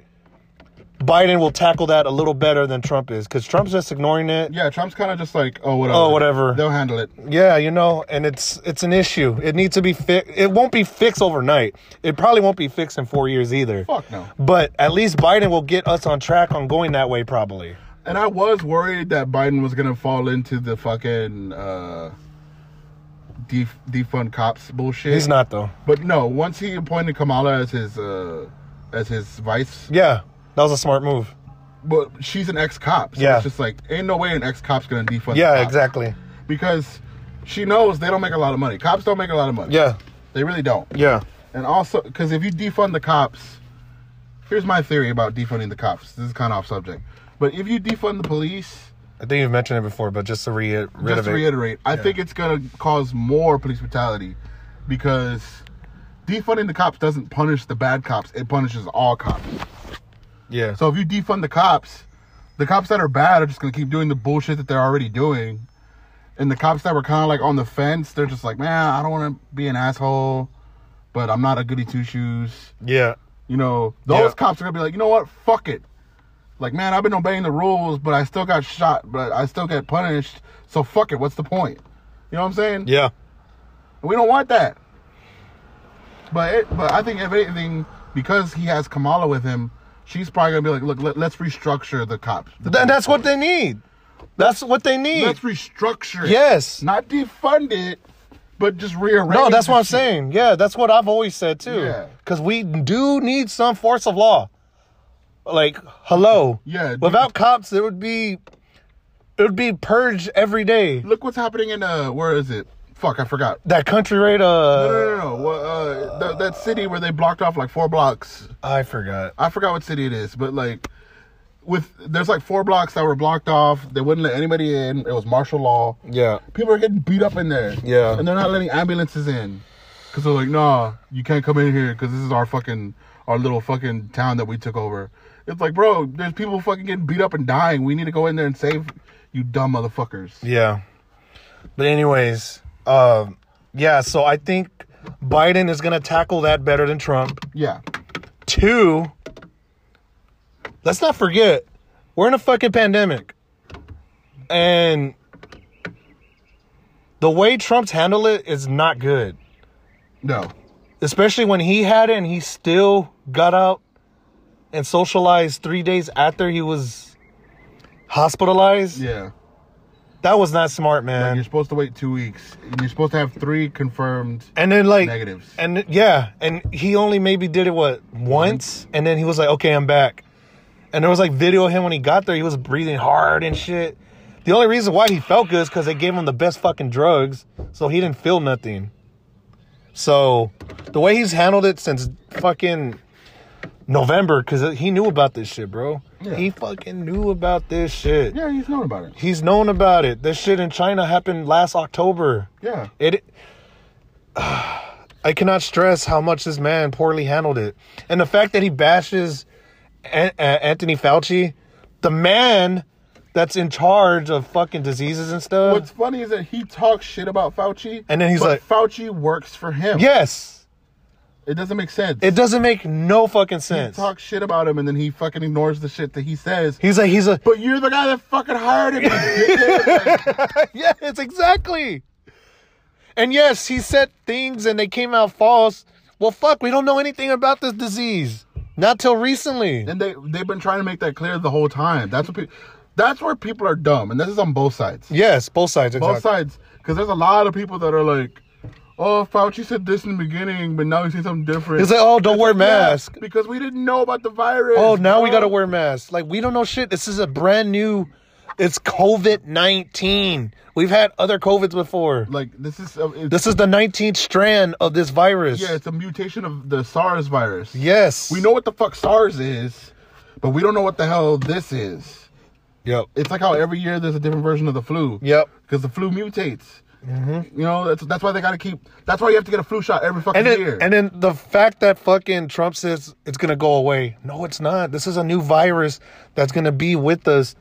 A: biden will tackle that a little better than trump is because trump's just ignoring it
B: Yeah. Trump's kind of just like, oh whatever.
A: Oh, whatever.
B: They'll handle it.
A: yeah you know and it's it's an issue it needs to be fixed it won't be fixed overnight it probably won't be fixed in four years either
B: Fuck no.
A: but at least biden will get us on track on going that way probably
B: And I was worried that Biden was gonna fall into the fucking uh, def- defund cops bullshit.
A: he's not though
B: But no, once he appointed Kamala as his uh, as his vice,
A: yeah that was a smart move
B: but she's an ex cop. So
A: Yeah.
B: it's just like ain't no way an ex cop's gonna defund. the
A: yeah
B: cops.
A: exactly
B: Because she knows they don't make a lot of money. Cops don't make a lot of money.
A: yeah
B: they really don't.
A: yeah
B: And also, because if you defund the cops, here's my theory about defunding the cops. This is kind of off subject, but if you defund the police,
A: i think you've mentioned it before but just to re-
B: just to
A: reiterate
B: reiterate, I think it's gonna cause more police brutality because defunding the cops doesn't punish the bad cops; it punishes all cops.
A: yeah
B: So if you defund the cops, the cops that are bad are just gonna keep doing the bullshit that they're already doing, and the cops that were kind of like on the fence, they're just like, man, I don't want to be an asshole, but I'm not a goody two shoes.
A: Yeah.
B: You know, those
A: Yeah.
B: cops are gonna be like, you know what, fuck it. Like, man, I've been obeying the rules, but I still got shot, but I still get punished. So fuck it. What's the point? You know what I'm saying?
A: Yeah.
B: We don't want that. But it, but I think if anything, because he has Kamala with him, she's probably gonna be like, look, let, let's restructure the cops. The
A: Th- that's what they need. That's what they need.
B: let's restructure. It.
A: Yes.
B: Not defund it, but just rearrange.
A: No, that's
B: the
A: what I'm
B: shit.
A: saying. Yeah, that's what I've always said too.
B: Yeah.
A: Because we do need some force of law. Like, hello.
B: Yeah, dude.
A: Without cops, it would be, it would be purged every day.
B: Look what's happening in uh, where is it? Fuck, I forgot.
A: That country rate. Uh,
B: No, no, no, no. Well, uh, th- that city where they blocked off like four blocks.
A: I forgot.
B: I forgot what city it is, but like with there's like four blocks that were blocked off. They wouldn't let anybody in. It was martial law.
A: Yeah.
B: People are getting beat up in there.
A: Yeah.
B: And they're not letting ambulances in. Because they're like, nah, you can't come in here because this is our fucking, our little fucking town that we took over. It's like, bro, there's people fucking getting beat up and dying. We need to go in there and save you dumb motherfuckers.
A: Yeah. But anyways, um, yeah. So I think Biden is gonna tackle that better than Trump.
B: Yeah.
A: Two, let's not forget, we're in a fucking pandemic. And the way Trump's handled it is not good.
B: No.
A: Especially when he had it and he still got out and socialized three days after he was hospitalized.
B: Yeah.
A: That was not smart,
B: And
A: man.
B: you're supposed to wait two weeks. And you're supposed to have three confirmed.
A: and then like
B: Negatives.
A: And yeah, and he only maybe did it what once, and then he was like, "Okay, I'm back." And there was like video of him when he got there. He was breathing hard and shit. The only reason why he felt good is because they gave him the best fucking drugs, so he didn't feel nothing. So the way he's handled it since fucking November, because he knew about this shit, bro.
B: Yeah.
A: He fucking knew about this shit.
B: Yeah, he's known about it.
A: He's known about it. This shit in China happened last October.
B: Yeah.
A: It. [sighs] I cannot stress how much this man poorly handled it, and the fact that he bashes An- uh, Anthony Fauci, the man that's in charge of fucking diseases and stuff.
B: What's funny is that he talks shit about Fauci,
A: And then he's
B: but
A: like-
B: "Fauci works for him."
A: yes,
B: it doesn't make sense.
A: it doesn't make no fucking sense.
B: talks shit about him, and then he fucking ignores the shit that he says.
A: He's like, he's a
B: But you're the guy that fucking hired him.
A: [laughs] yes, exactly. And yes, he said things and they came out false. Well, fuck, we don't know anything about this disease. Not till recently.
B: and they they've been trying to make that clear the whole time. That's what people. That's where people are dumb, and this is on both sides.
A: Yes, both sides. Exactly.
B: Both sides, because there's a lot of people that are like, "Oh, Fauci said this in the beginning, but now he's saying something different."
A: He's like, oh, don't wear
B: Yeah,
A: mask.
B: because we didn't know about the virus.
A: Oh, now we
B: bro.
A: gotta wear masks. Like we don't know shit. This is a brand new. It's COVID nineteen. We've had other COVIDs before.
B: Like this is uh, it's-
A: This is the nineteenth strand of this virus.
B: Yeah, it's a mutation of the SARS virus.
A: Yes.
B: We know what the fuck SARS is, but we don't know what the hell this is.
A: Yep.
B: It's like how every year there's a different version of the flu.
A: Yep.
B: Because the flu mutates. You know, that's, that's why they got to keep, that's why you have to get a flu shot every fucking
A: And then,
B: year.
A: and then the fact that fucking Trump says it's gonna go away. No, it's not. This is a new virus that's gonna be with us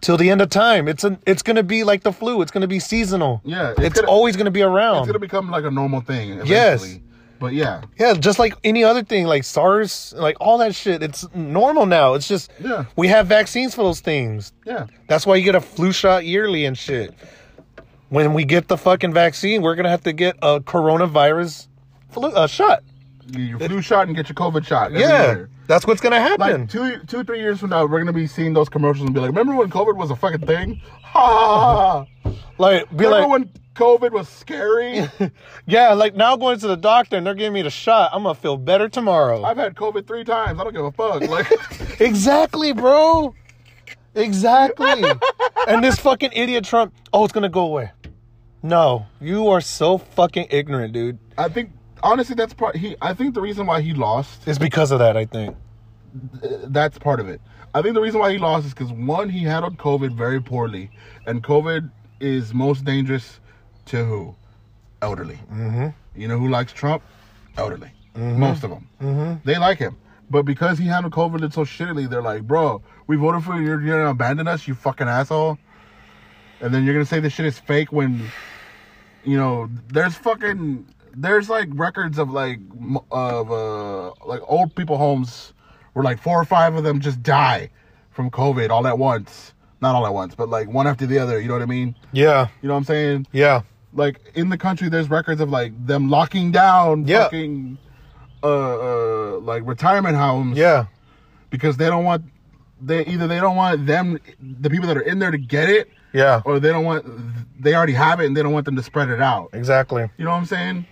A: till the end of time. It's a, it's gonna be like the flu. It's gonna be seasonal.
B: Yeah,
A: It's,
B: it's gonna-
A: always gonna be around.
B: it's going to become like a normal thing. Eventually.
A: Yes.
B: But yeah.
A: Yeah, just like any other thing, like SARS, like all that shit. It's normal now. It's just
B: Yeah.
A: we have vaccines for those things.
B: Yeah.
A: That's why you get a flu shot yearly and shit. When we get the fucking vaccine, we're gonna have to get a coronavirus flu uh, shot.
B: Get your flu shot and get your COVID shot. every
A: Yeah,
B: year.
A: that's what's gonna happen.
B: Like two, two, three years from now, we're gonna be seeing those commercials and be like, "Remember when COVID was a fucking thing? [laughs] Ha! ha, ha, ha.
A: Like, be
B: Remember
A: like,
B: when COVID was
A: [laughs]
B: scary?
A: yeah, like now going to the doctor and they're giving me the shot. I'm gonna feel better tomorrow.
B: I've had COVID three times. I don't give a fuck. Like, [laughs]
A: Exactly, bro. Exactly. and this fucking idiot Trump, oh, it's going to go away. No, you are so fucking ignorant, dude.
B: I think honestly, that's part. He, I think the reason why he lost,
A: It's because of that, I think.
B: uh, that's part of it. I think the reason why he lost is because one, he handled COVID very poorly, and COVID is most dangerous to who? Elderly. Mm-hmm. You know who likes Trump? Elderly. Most of them. Mm-hmm. They like him. But because he handled COVID so shittily, they're like, bro, we voted for you. You're going to abandon us, you fucking asshole. And then you're going to say this shit is fake when, you know, there's fucking, there's like records of like, m- of uh, like old people homes where like four or five of them just die from COVID all at once. Not all at once, but like one after the other. You know what I mean?
A: Yeah.
B: You know what I'm saying?
A: Yeah.
B: like in the country there's records of like them locking down
A: Yeah.
B: fucking uh, uh like retirement homes
A: Yeah.
B: because they don't want they either they don't want them the people that are in there to get it
A: Yeah.
B: or they don't want they already have it and they don't want them to spread it out
A: Exactly.
B: you know what i'm saying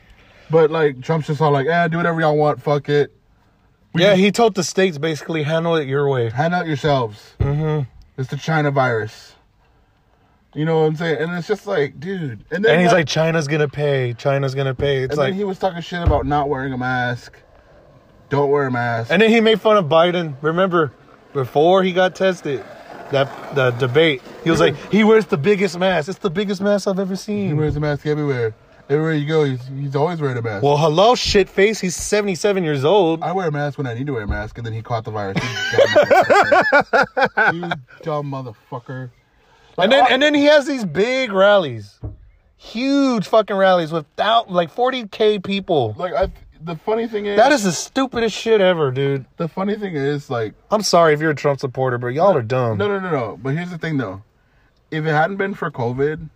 B: but like trump's just all like eh, do whatever y'all want fuck it
A: Yeah, he told the states basically handle it your way.
B: hand out yourselves mm-hmm. it's the china virus you know what i'm saying and it's just like dude and then
A: And he's
B: like-
A: like, China's gonna pay. China's gonna pay. It's
B: And
A: like,
B: then he was talking shit about not wearing a mask. Don't wear a mask.
A: and then he made fun of Biden. Remember, before he got tested, that the debate, he was like, he wears the biggest mask. It's the biggest mask I've ever
B: he
A: seen.
B: wears a mask everywhere. Everywhere you go, he's, he's always wearing a mask.
A: Well, hello, shit face. He's seventy-seven years old.
B: I wear a mask when I need to wear a mask, and then he caught the virus. You dumb
A: [laughs]
B: motherfucker. you dumb motherfucker.
A: And then and then he has these big rallies, huge fucking rallies without like forty k people.
B: Like I, the funny thing is,
A: That is the stupidest shit ever, dude.
B: the funny thing is like
A: I'm sorry if you're a Trump supporter, but y'all are dumb.
B: no, no, no, no. But here's the thing though, if it hadn't been for COVID,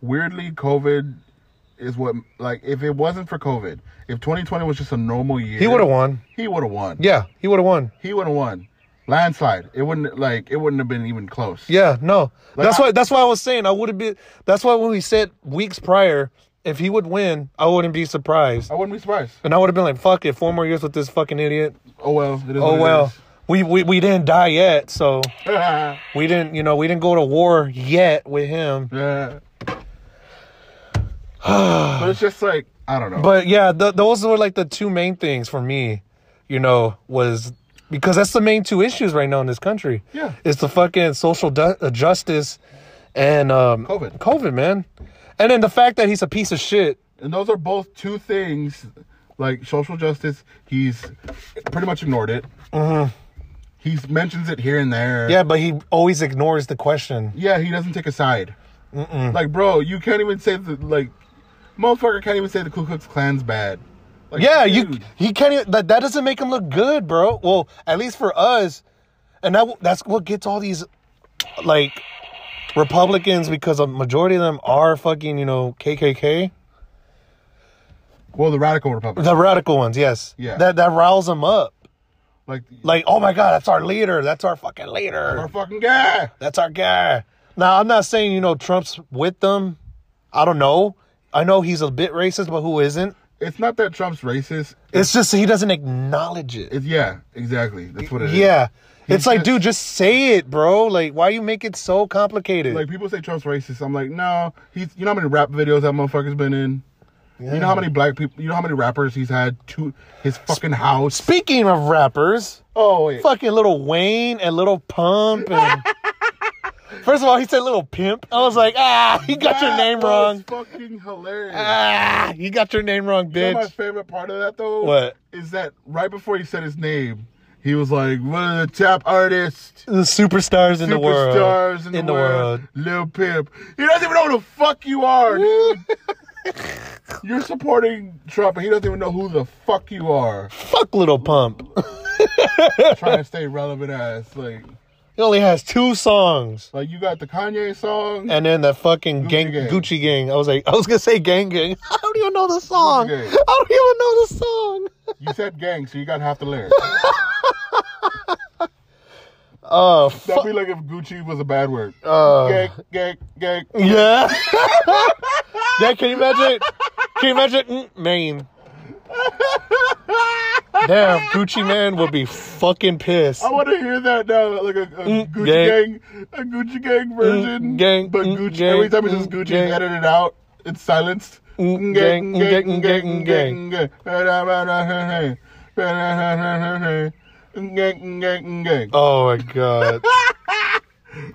B: weirdly, COVID is what like if it wasn't for COVID, if 2020 was just a normal year,
A: He would have won.
B: He would have won.
A: Yeah, he would have won.
B: he would have won landslide it wouldn't like it wouldn't have been even close
A: Yeah, no.
B: Like,
A: that's
B: I-
A: why. That's why I was saying I would have been. That's why when we said weeks prior, if he would win, I wouldn't be surprised,
B: i wouldn't be surprised
A: and I would have been like, "Fuck it, four more years with this fucking idiot."
B: oh well it is
A: Oh
B: what it
A: well,
B: is.
A: we we we didn't die yet, so we didn't. You know, we didn't go to war yet with him.
B: [laughs] yeah [sighs] but it's just like i don't know
A: But yeah, th- those were like the two main things for me. You know, was because that's the main two issues right now in this country.
B: Yeah.
A: it's the fucking social du- uh, justice and um,
B: COVID.
A: COVID, man, and then the fact that he's a piece of shit.
B: and those are both two things like social justice he's pretty much ignored it He mentions it here and there
A: Uh-huh. Yeah, but he always ignores the question.
B: yeah he doesn't take a side like bro you can't even say the like motherfucker can't even say the ku klux klan's bad like,
A: Yeah, you
B: dude.
A: he can't. Even, that that doesn't make him look good, bro. Well, at least for us, and that that's what gets all these like Republicans because a majority of them are fucking you know KKK,
B: well the radical republic
A: the radical ones. Yes,
B: Yeah.
A: that that riles them up.
B: like
A: Like, oh my god, that's our leader. That's our fucking leader.
B: our fucking guy
A: That's our guy. Now, I'm not saying you know Trump's with them. I don't know. I know he's a bit racist, but who isn't?
B: it's not that Trump's racist.
A: It's just he doesn't acknowledge it.
B: It's yeah, exactly. That's what it is.
A: Yeah. It's like,
B: just-
A: dude, just say it, bro. Like, why you make it so complicated?
B: Like people say Trump's racist. I'm like, no, he's you know how many rap videos that motherfucker's been in? You know how many black people you know how many rappers he's had to his fucking house.
A: Speaking of rappers,
B: Oh wait.
A: fucking little Wayne and little
B: [laughs]
A: Pump and First of all, he said little pimp. I was like, ah, he got your
B: That
A: name
B: was
A: wrong.
B: Fucking hilarious.
A: Ah, he got your name wrong,
B: You know my
A: bitch.
B: favorite part of that though?
A: What?
B: Is that right before he said his name, he was like, one of the top artists.
A: The superstars in the world.
B: Superstars in, the world. Lil Pimp. He doesn't even know who the fuck you are,
A: [laughs]
B: dude. You're supporting Trump, and he doesn't even know who the fuck you are.
A: Fuck little Pump.
B: Trying to stay relevant ass. Like,
A: He only has two songs.
B: like you got the Kanye song.
A: And then that fucking gang,
B: Gang.
A: Gucci Gang. I was like, I was gonna say Gang Gang. [laughs] I don't even know the song.
B: Gang.
A: I don't even know the song.
B: You said gang, so you got half the lyrics.
A: Oh, fuck.
B: That'd be like if Gucci was a bad word.
A: Uh,
B: gang, gang, gang.
A: Yeah. [laughs] yeah, can you imagine? Can you imagine? Mm, Maine. Damn, Gucci Man would be fucking pissed.
B: I want to hear that now, like a, a Gucci
A: Mm, gang.
B: gang. a Gucci gang version.
A: Mm, gang,
B: but
A: mm,
B: Gucci.
A: gang,
B: every time it says
A: mm,
B: Gucci,
A: gang.
B: it's edited out. It's silenced.
A: Mm,
B: Mm,
A: gang, mm, gang, mm,
B: gang,
A: gang,
B: gang, gang. Mm, gang, mm, gang, mm, gang.
A: Oh my god.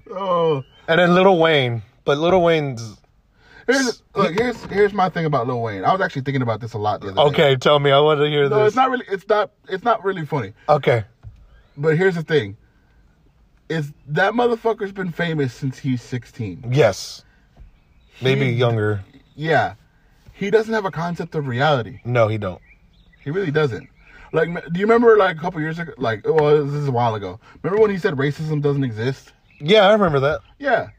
B: Oh,
A: And then Little Wayne, but Little Wayne's
B: Here's look. Here's here's my thing about Lil Wayne. I was actually thinking about this a lot the other day.
A: Okay, tell me. I want to hear
B: No,
A: this.
B: it's not really. It's not. It's not really funny.
A: okay.
B: But here's the thing. Is that motherfucker's been famous since he's 16?
A: Yes. Maybe younger.
B: Yeah, he doesn't have a concept of reality.
A: No, he don't.
B: He really doesn't. Like, m- do you remember like a couple years ago? Like, oh, well, this is a while ago. Remember when he said racism doesn't exist?
A: Yeah, I remember that.
B: Yeah.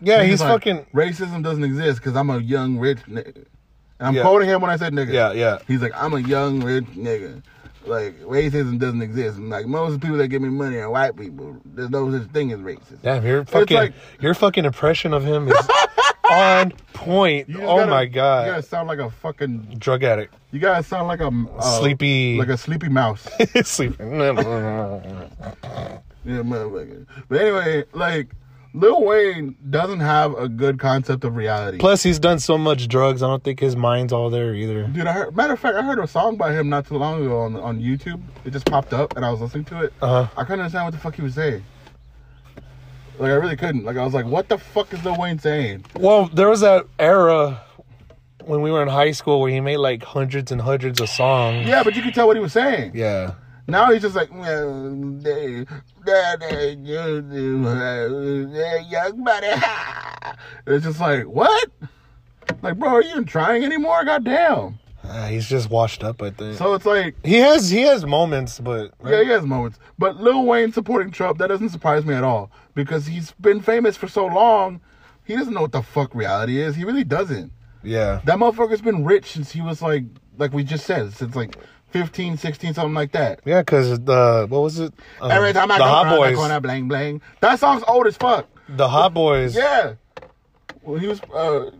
A: Yeah, he's,
B: like,
A: fucking.
B: racism doesn't exist because I'm a young rich nigga. And I'm
A: Yeah.
B: quoting him when I said nigga.
A: Yeah, yeah.
B: He's like, I'm a young rich nigga. Like racism doesn't exist. And, like most of the people that give me money are white people. There's no such thing as racist.
A: Damn, your
B: So it's
A: fucking
B: like-
A: your fucking impression of him is on point.
B: You
A: Oh
B: just gotta-
A: my god,
B: You gotta sound like a fucking.
A: drug addict, [laughs]
B: You gotta sound like a uh,
A: Sleepy.
B: like a sleepy mouse.
A: [laughs] sleeping.
B: yeah, motherfucker. But anyway, like Lil Wayne doesn't have a good concept of reality.
A: [laughs] Plus, he's done so much drugs. I don't think his mind's all there either.
B: Dude, I heard, matter of fact, I heard a song by him not too long ago on on YouTube. It just popped up, and I was listening to it.
A: Uh-huh.
B: I couldn't understand what the fuck he was saying. Like I really couldn't. Like I was like, what the fuck is Lil Wayne saying?
A: Well, there was that era when we were in high school where he made like hundreds and hundreds of songs.
B: Yeah, but you could tell what he was saying.
A: Yeah.
B: Now he's just like, well, they, they, they, you do, uh, they, young buddy. [laughs] It's just like, what? Like, bro, are you even trying anymore? Goddamn.
A: Ah, he's just washed up. I think
B: So it's like,
A: he has he has moments, but
B: Yeah, he has moments. But Lil Wayne supporting Trump, that doesn't surprise me at all because he's been famous for so long. He doesn't know what the fuck reality is. He really doesn't.
A: yeah,
B: That motherfucker's been rich since he was like, like we just said, since like 15, 16, something like that.
A: yeah, because the what was it? Um,
B: Every time I
A: the
B: go
A: Hot
B: around the
A: Boys,
B: corner, bling bling. That song's old as fuck.
A: the Hot Boys.
B: Yeah. Well, he was, uh, uh,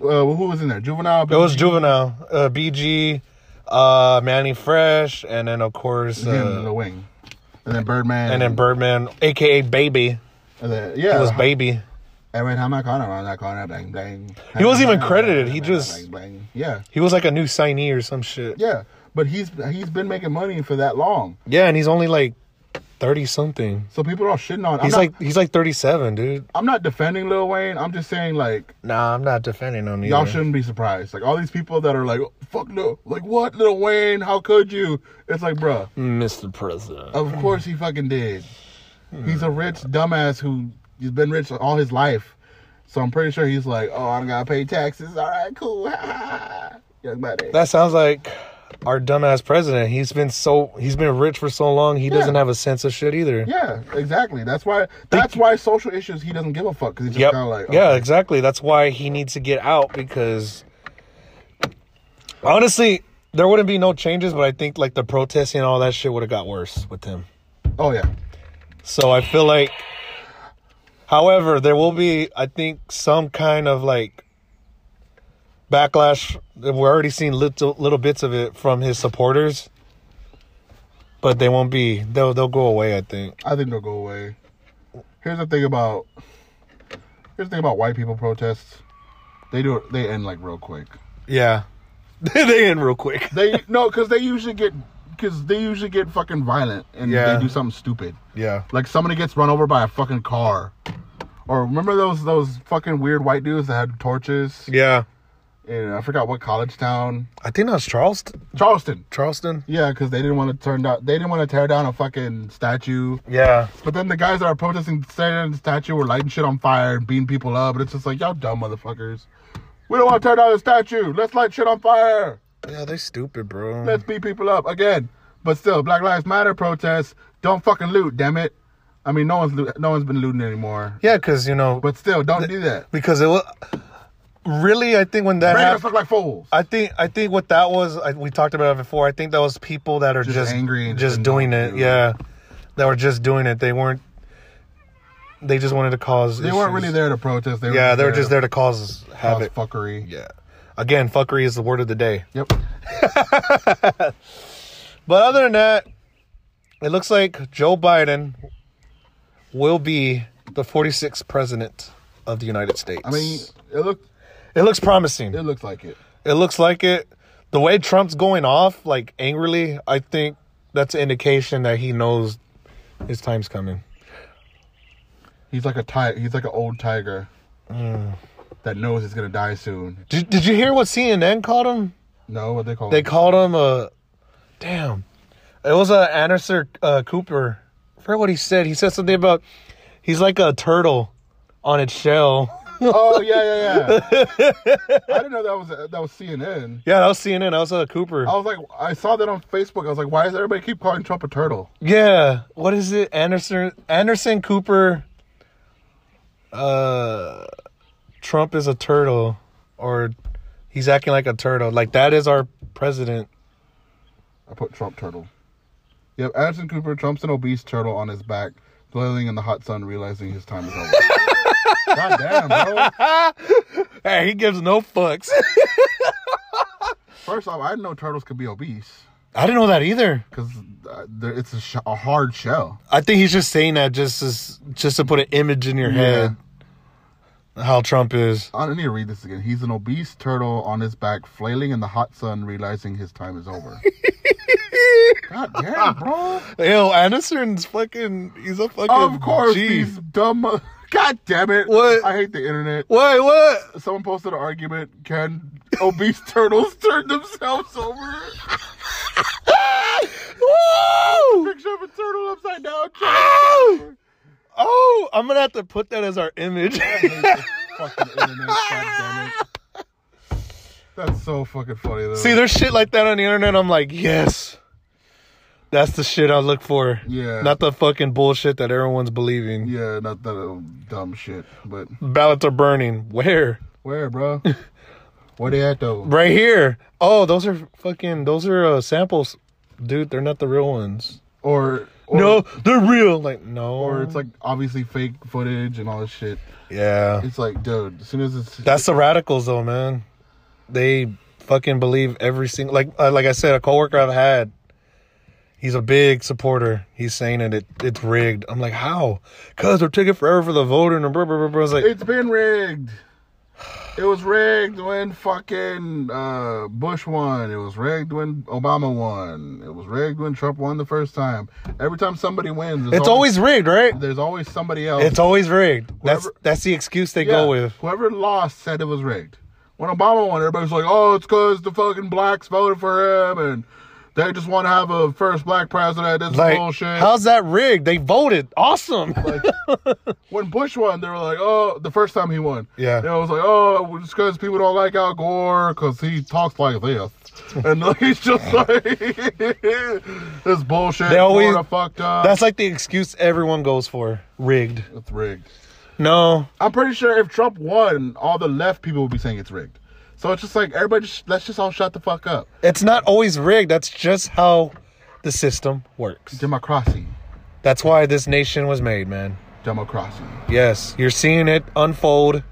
B: who was in there? Juvenile.
A: It was juvenile. Uh, BG, uh, Manny Fresh, and then of course,
B: Him,
A: uh,
B: Lil Wayne. And then Birdman.
A: and then Birdman, aka Baby.
B: And then-
A: It
B: yeah.
A: was Baby.
B: Every time I corner around that corner, bling bling.
A: He wasn't even credited, he just-
B: Bling, bling. Yeah.
A: He was like a new signee or some shit.
B: Yeah, but he's he's been making money for that long,
A: Yeah, and he's only like thirty something.
B: so people are all shitting on. I'm
A: He's
B: not,
A: like he's like thirty seven, dude.
B: I'm not defending Lil Wayne. I'm just saying like
A: Nah, I'm not defending him. Either.
B: y'all shouldn't be surprised. Like all these people that are like, fuck no, like what Lil Wayne? How could you? It's like, bruh,
A: Mr. President.
B: of course he fucking did. He's a rich dumbass who he's been rich all his life, so I'm pretty sure he's like, oh, I don't gotta pay taxes. All right, cool. [laughs] Young buddy.
A: That sounds like our dumbass president. He's been so he's been rich for so long. He doesn't have a sense of shit either.
B: Yeah, exactly. That's why. That's why social issues. He doesn't give a fuck because he's just
A: Yep.
B: kind of like,
A: Yeah,
B: okay.
A: exactly. That's why he needs to get out because honestly, there wouldn't be no changes, but I think like the protesting and all that shit would have got worse with him.
B: oh yeah.
A: So I feel like however, there will be I think some kind of like backlash. We're already seeing little little bits of it from his supporters. But they won't be they'll they'll go away, I think.
B: I think they'll go away. Here's the thing about here's the thing about white people protests. They do they end like real quick.
A: Yeah. [laughs] they end real quick.
B: They no, because they usually get because they usually get fucking violent and
A: Yeah.
B: they do something stupid.
A: Yeah.
B: Like somebody gets run over by a fucking car. Or remember those those fucking weird white dudes that had torches?
A: Yeah.
B: And I forgot what college town,
A: I think that was Charleston.
B: Charleston.
A: Charleston.
B: Yeah, because they didn't want to turn down. They didn't want to tear down a fucking statue.
A: Yeah.
B: But then the guys that are protesting standing the statue were lighting shit on fire and beating people up. And it's just like, y'all dumb motherfuckers. We don't want to tear down the statue. Let's light shit on fire.
A: Yeah, they stupid, bro.
B: Let's beat people up again. But still, Black Lives Matter protests. Don't fucking loot, damn it. I mean, no one's loo- no one's been looting anymore.
A: yeah, because you know,
B: But still, don't do that.
A: because it was really. I think when that
B: Make us
A: happened,
B: look like fools.
A: I think I think what that was. I, we talked about it before. I think that was people that are just,
B: Just angry and
A: just,
B: just
A: doing
B: annoyed,
A: it.
B: dude.
A: Yeah, that were just doing it. They weren't. They just wanted to cause.
B: They weren't really there to protest. They were
A: Yeah, they were just there to cause
B: cause
A: havoc.
B: fuckery.
A: yeah. Again, fuckery is the word of the day.
B: Yep.
A: But other than that, it looks like Joe Biden will be the 46th president of the United States.
B: I mean, it looked
A: it looks promising.
B: it looks like it.
A: It looks like it. The way Trump's going off, like angrily, I think that's an indication that he knows his time's coming. Mm.
B: He's like a tiger. He's like an old tiger that knows he's gonna die soon.
A: Did, did you hear what CNN called him?
B: No, what they call [laughs]
A: They
B: it?
A: called him a. Damn. It was a Anderson uh, Cooper. I forgot what he said. He said something about he's like a turtle on its shell. [laughs]
B: oh yeah, yeah, yeah. I didn't know that was that was CNN.
A: Yeah, that was CNN. That was uh, Cooper.
B: I was like, I saw that on Facebook. I was like, why does everybody keep calling Trump a turtle?
A: Yeah. What is it? Anderson Anderson Cooper uh Trump is a turtle or he's acting like a turtle. Like that is our president.
B: I put Trump turtle. Yep, Anderson Cooper Trump's an obese turtle on his back, flailing in the hot sun, realizing his time is over. [laughs] God damn, bro. [laughs]
A: Hey, he gives no fucks. [laughs]
B: First off, I didn't know turtles could be obese
A: I didn't know that either.
B: because uh, they're- it's a, sh- a hard shell.
A: I think he's just saying that just as, just to put an image in your head how Trump is.
B: I need to read this again. He's an obese turtle on his back, flailing in the hot sun, realizing his time is
A: [laughs]
B: over. God damn, bro.
A: Yo, Anderson's fucking he's a fucking
B: Of course,
A: G.
B: these dumb. mo- God damn it.
A: What?
B: I hate the internet.
A: Wait, what?
B: Someone posted an argument can obese [laughs] turtles turn themselves
A: [laughs]
B: over?
A: Woo!
B: Picture of a turtle upside down.
A: Ow! Oh, I'm gonna have to put that as our [laughs] image.
B: I hate the fucking internet. God
A: [laughs]
B: damn it. That's so fucking funny, though.
A: See, there's shit like that on the internet. I'm like, yes, that's the shit I look for.
B: Yeah.
A: not the fucking bullshit that everyone's believing.
B: Yeah, not that uh, dumb shit, but
A: Ballots are burning. Where?
B: where,
A: [laughs]
B: bro? Where they at though?
A: Right here. Oh, those are fucking. Those are uh, samples, dude. They're not the real ones.
B: Or, or
A: no, they're real. Like no.
B: or it's like obviously fake footage and all this shit.
A: yeah.
B: It's like, dude, as soon as it's
A: That's the radicals, though, man. They fucking believe every single like uh, like I said, a coworker I've had. He's a big supporter. He's saying that it it's rigged. I'm like, how? Cause they're taking forever for the voter and blah blah blah. blah. I was like,
B: It's been rigged. It was rigged when fucking uh, Bush won. It was rigged when Obama won. It was rigged when Trump won the first time. Every time somebody wins, there's
A: it's always rigged, right?
B: there's always somebody else.
A: It's always rigged. That's
B: Whoever-
A: that's the excuse they
B: Yeah,
A: go with.
B: whoever lost said it was rigged. When Obama won, everybody's like, "Oh, it's because the fucking blacks voted for him and they just want to have a first black president." That's
A: Like,
B: bullshit.
A: how's that rigged? They voted. Awesome. [laughs]
B: when Bush won, they were like, "Oh, the first time he won."
A: Yeah.
B: and I was like, "Oh, it's because people don't like Al Gore because he talks like this." and [laughs] like, he's just like [laughs] this bullshit.
A: They always-
B: Florida fucked up.
A: that's like the excuse everyone goes for. Rigged.
B: it's rigged.
A: No,
B: I'm pretty sure if Trump won, all the left people would be saying it's rigged. So it's just like everybody, just, let's just all shut the fuck up.
A: it's not always rigged. That's just how the system works.
B: Democracy,
A: That's why this nation was made, man.
B: democracy.
A: Yes, you're seeing it unfold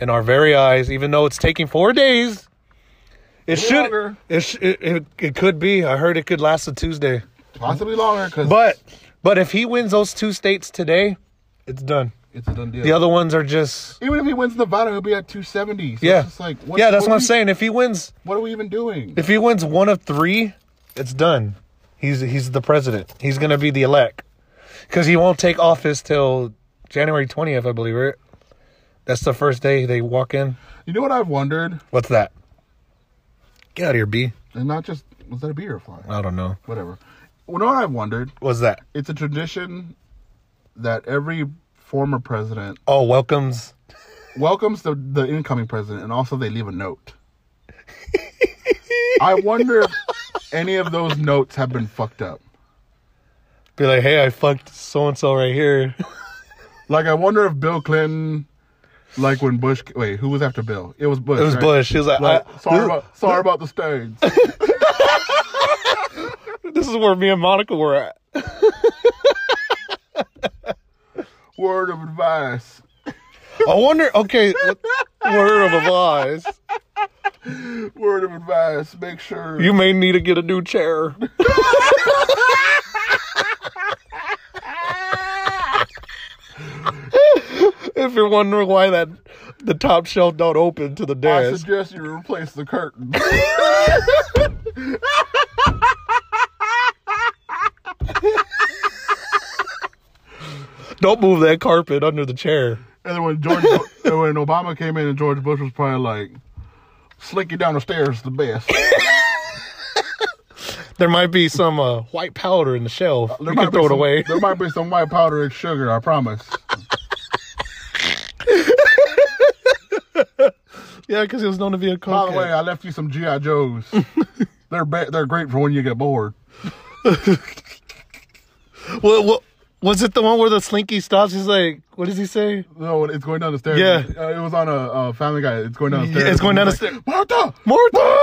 A: in our very eyes, even though it's taking four days. It should.
B: Longer.
A: It, sh- it, it it could be. I heard it could last a Tuesday.
B: Possibly longer because
A: But but if he wins those two states today, it's done.
B: it's a done deal.
A: The other ones are just
B: even if he wins Nevada, he'll be at 270. So
A: yeah.
B: it's just like what,
A: yeah, that's
B: what
A: what
B: are
A: I'm
B: we-
A: saying. If he wins,
B: What are we even doing?
A: if he wins one of three, it's done. He's he's the president. He's gonna be the elect because he won't take office till January 20th, I believe. Right? That's the first day they walk in.
B: You know what I've wondered,
A: What's that? Get out of here, B.
B: and not just was that a bee or a fly?
A: I don't know.
B: whatever. You know what I've wondered?
A: What's that?
B: It's a tradition that every former president
A: Oh, welcomes.
B: welcomes the, the incoming president and also they leave a
A: [laughs]
B: note. I wonder if any of those notes have been fucked up.
A: Be like, hey, I fucked so and so right here. [laughs]
B: Like, I wonder if Bill Clinton, like when Bush, wait, who was after Bill? It was Bush.
A: It was
B: right?
A: Bush. Uh, He was like,
B: Like,
A: I-
B: sorry, about, sorry about the
A: [laughs]
B: stains.
A: this is where me and Monica were at. [laughs]
B: Word of advice.
A: I wonder. Okay, what, word of advice:
B: Word of advice. Make sure.
A: you may need to get a new chair. if you're wondering why that the top shelf don't open to the
B: I
A: desk,
B: suggest you replace the curtain.
A: don't move that carpet under the chair.
B: And then when George, [laughs] and when Obama came in, and George Bush was probably like, "Slinky down the stairs is the best."
A: There might be some uh, white powder in the shelf.
B: Uh, There
A: You
B: might
A: can
B: be
A: throw it
B: some-
A: away.
B: There might be some white powder and sugar. I promise.
A: Yeah, because it was known to be
B: By
A: a coke.
B: the way, uh, I left you some GI
A: [laughs]
B: Joes. they're ba- they're great for when you get bored.
A: What, what, was it the one where the slinky stops? He's like, what does he say?
B: No, it's going down the stairs.
A: Yeah.
B: Uh, it was on a uh, Family Guy. It's going down the
A: Yeah,
B: stairs.
A: it's going down the
B: stairs. Martha.
A: [laughs] Martha!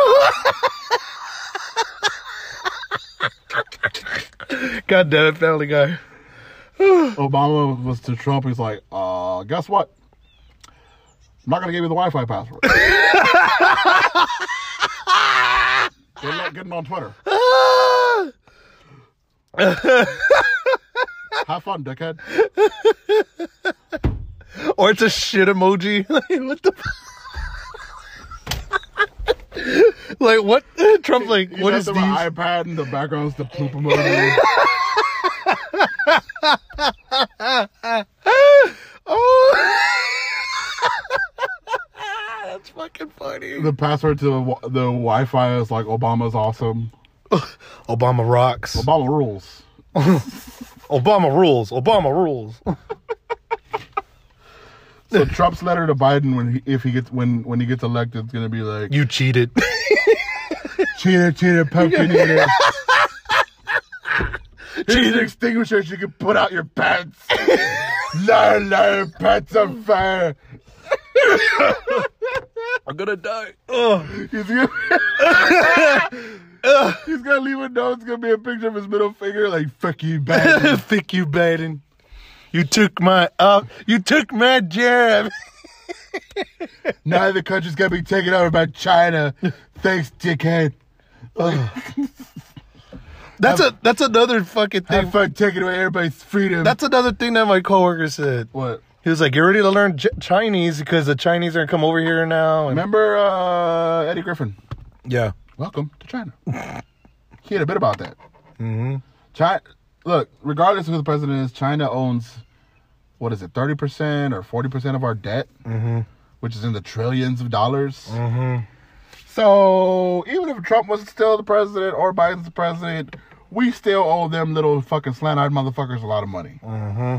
A: God damn it, Family Guy.
B: Obama was to Trump. He's like, uh, guess what? I'm not gonna give you the Wi-Fi password.
A: [laughs]
B: Good luck getting on
A: [laughs]
B: Twitter.
A: Ah!
B: Have fun, dickhead.
A: Or it's a shit emoji. [laughs] like, what the? [laughs] like what? Trump's like,
B: He's
A: what
B: got
A: is
B: the
A: these?
B: iPad and the background's the poop emoji.
A: Oh, [laughs] that's fucking funny.
B: the password to the, wi- the Wi-Fi is like Obama's awesome.
A: Obama rocks.
B: Obama rules.
A: Obama rules. Obama rules. [laughs]
B: So Trump's letter to Biden when he, if he gets when when he gets elected is gonna be like
A: You [laughs] cheated.
B: cheater, cheater,
A: [laughs]
B: pumpkin eater. Here's an extinguisher so you can put out your pants. liar, liar, pants on fire.
A: I'm gonna die. Ugh.
B: He's gonna, he's gonna leave a note. It's gonna be a picture of his middle finger, like fuck you,
A: [laughs]
B: Biden.
A: [laughs] Thank you, Biden. You took my up. you took my jab. [laughs]
B: now the country's gonna be taken over by China. Thanks, dickhead.
A: That's a that's another fucking thing.
B: Have fun taking away everybody's freedom.
A: That's another thing that my coworker said.
B: what.
A: He was like, "Get ready to learn J- Chinese because the Chinese are gonna come over here now." And,
B: Remember uh, Eddie Griffin?
A: yeah,
B: Welcome to China. [laughs] he had a bit about that. Mm-hmm. China, look, regardless of who the president is, China owns what is it, thirty percent or forty percent of our debt, which is in the trillions of dollars. Mm-hmm. So even if Trump was still the president or Biden's the president, we still owe them little fucking slant-eyed motherfuckers a lot of money. Mm-hmm.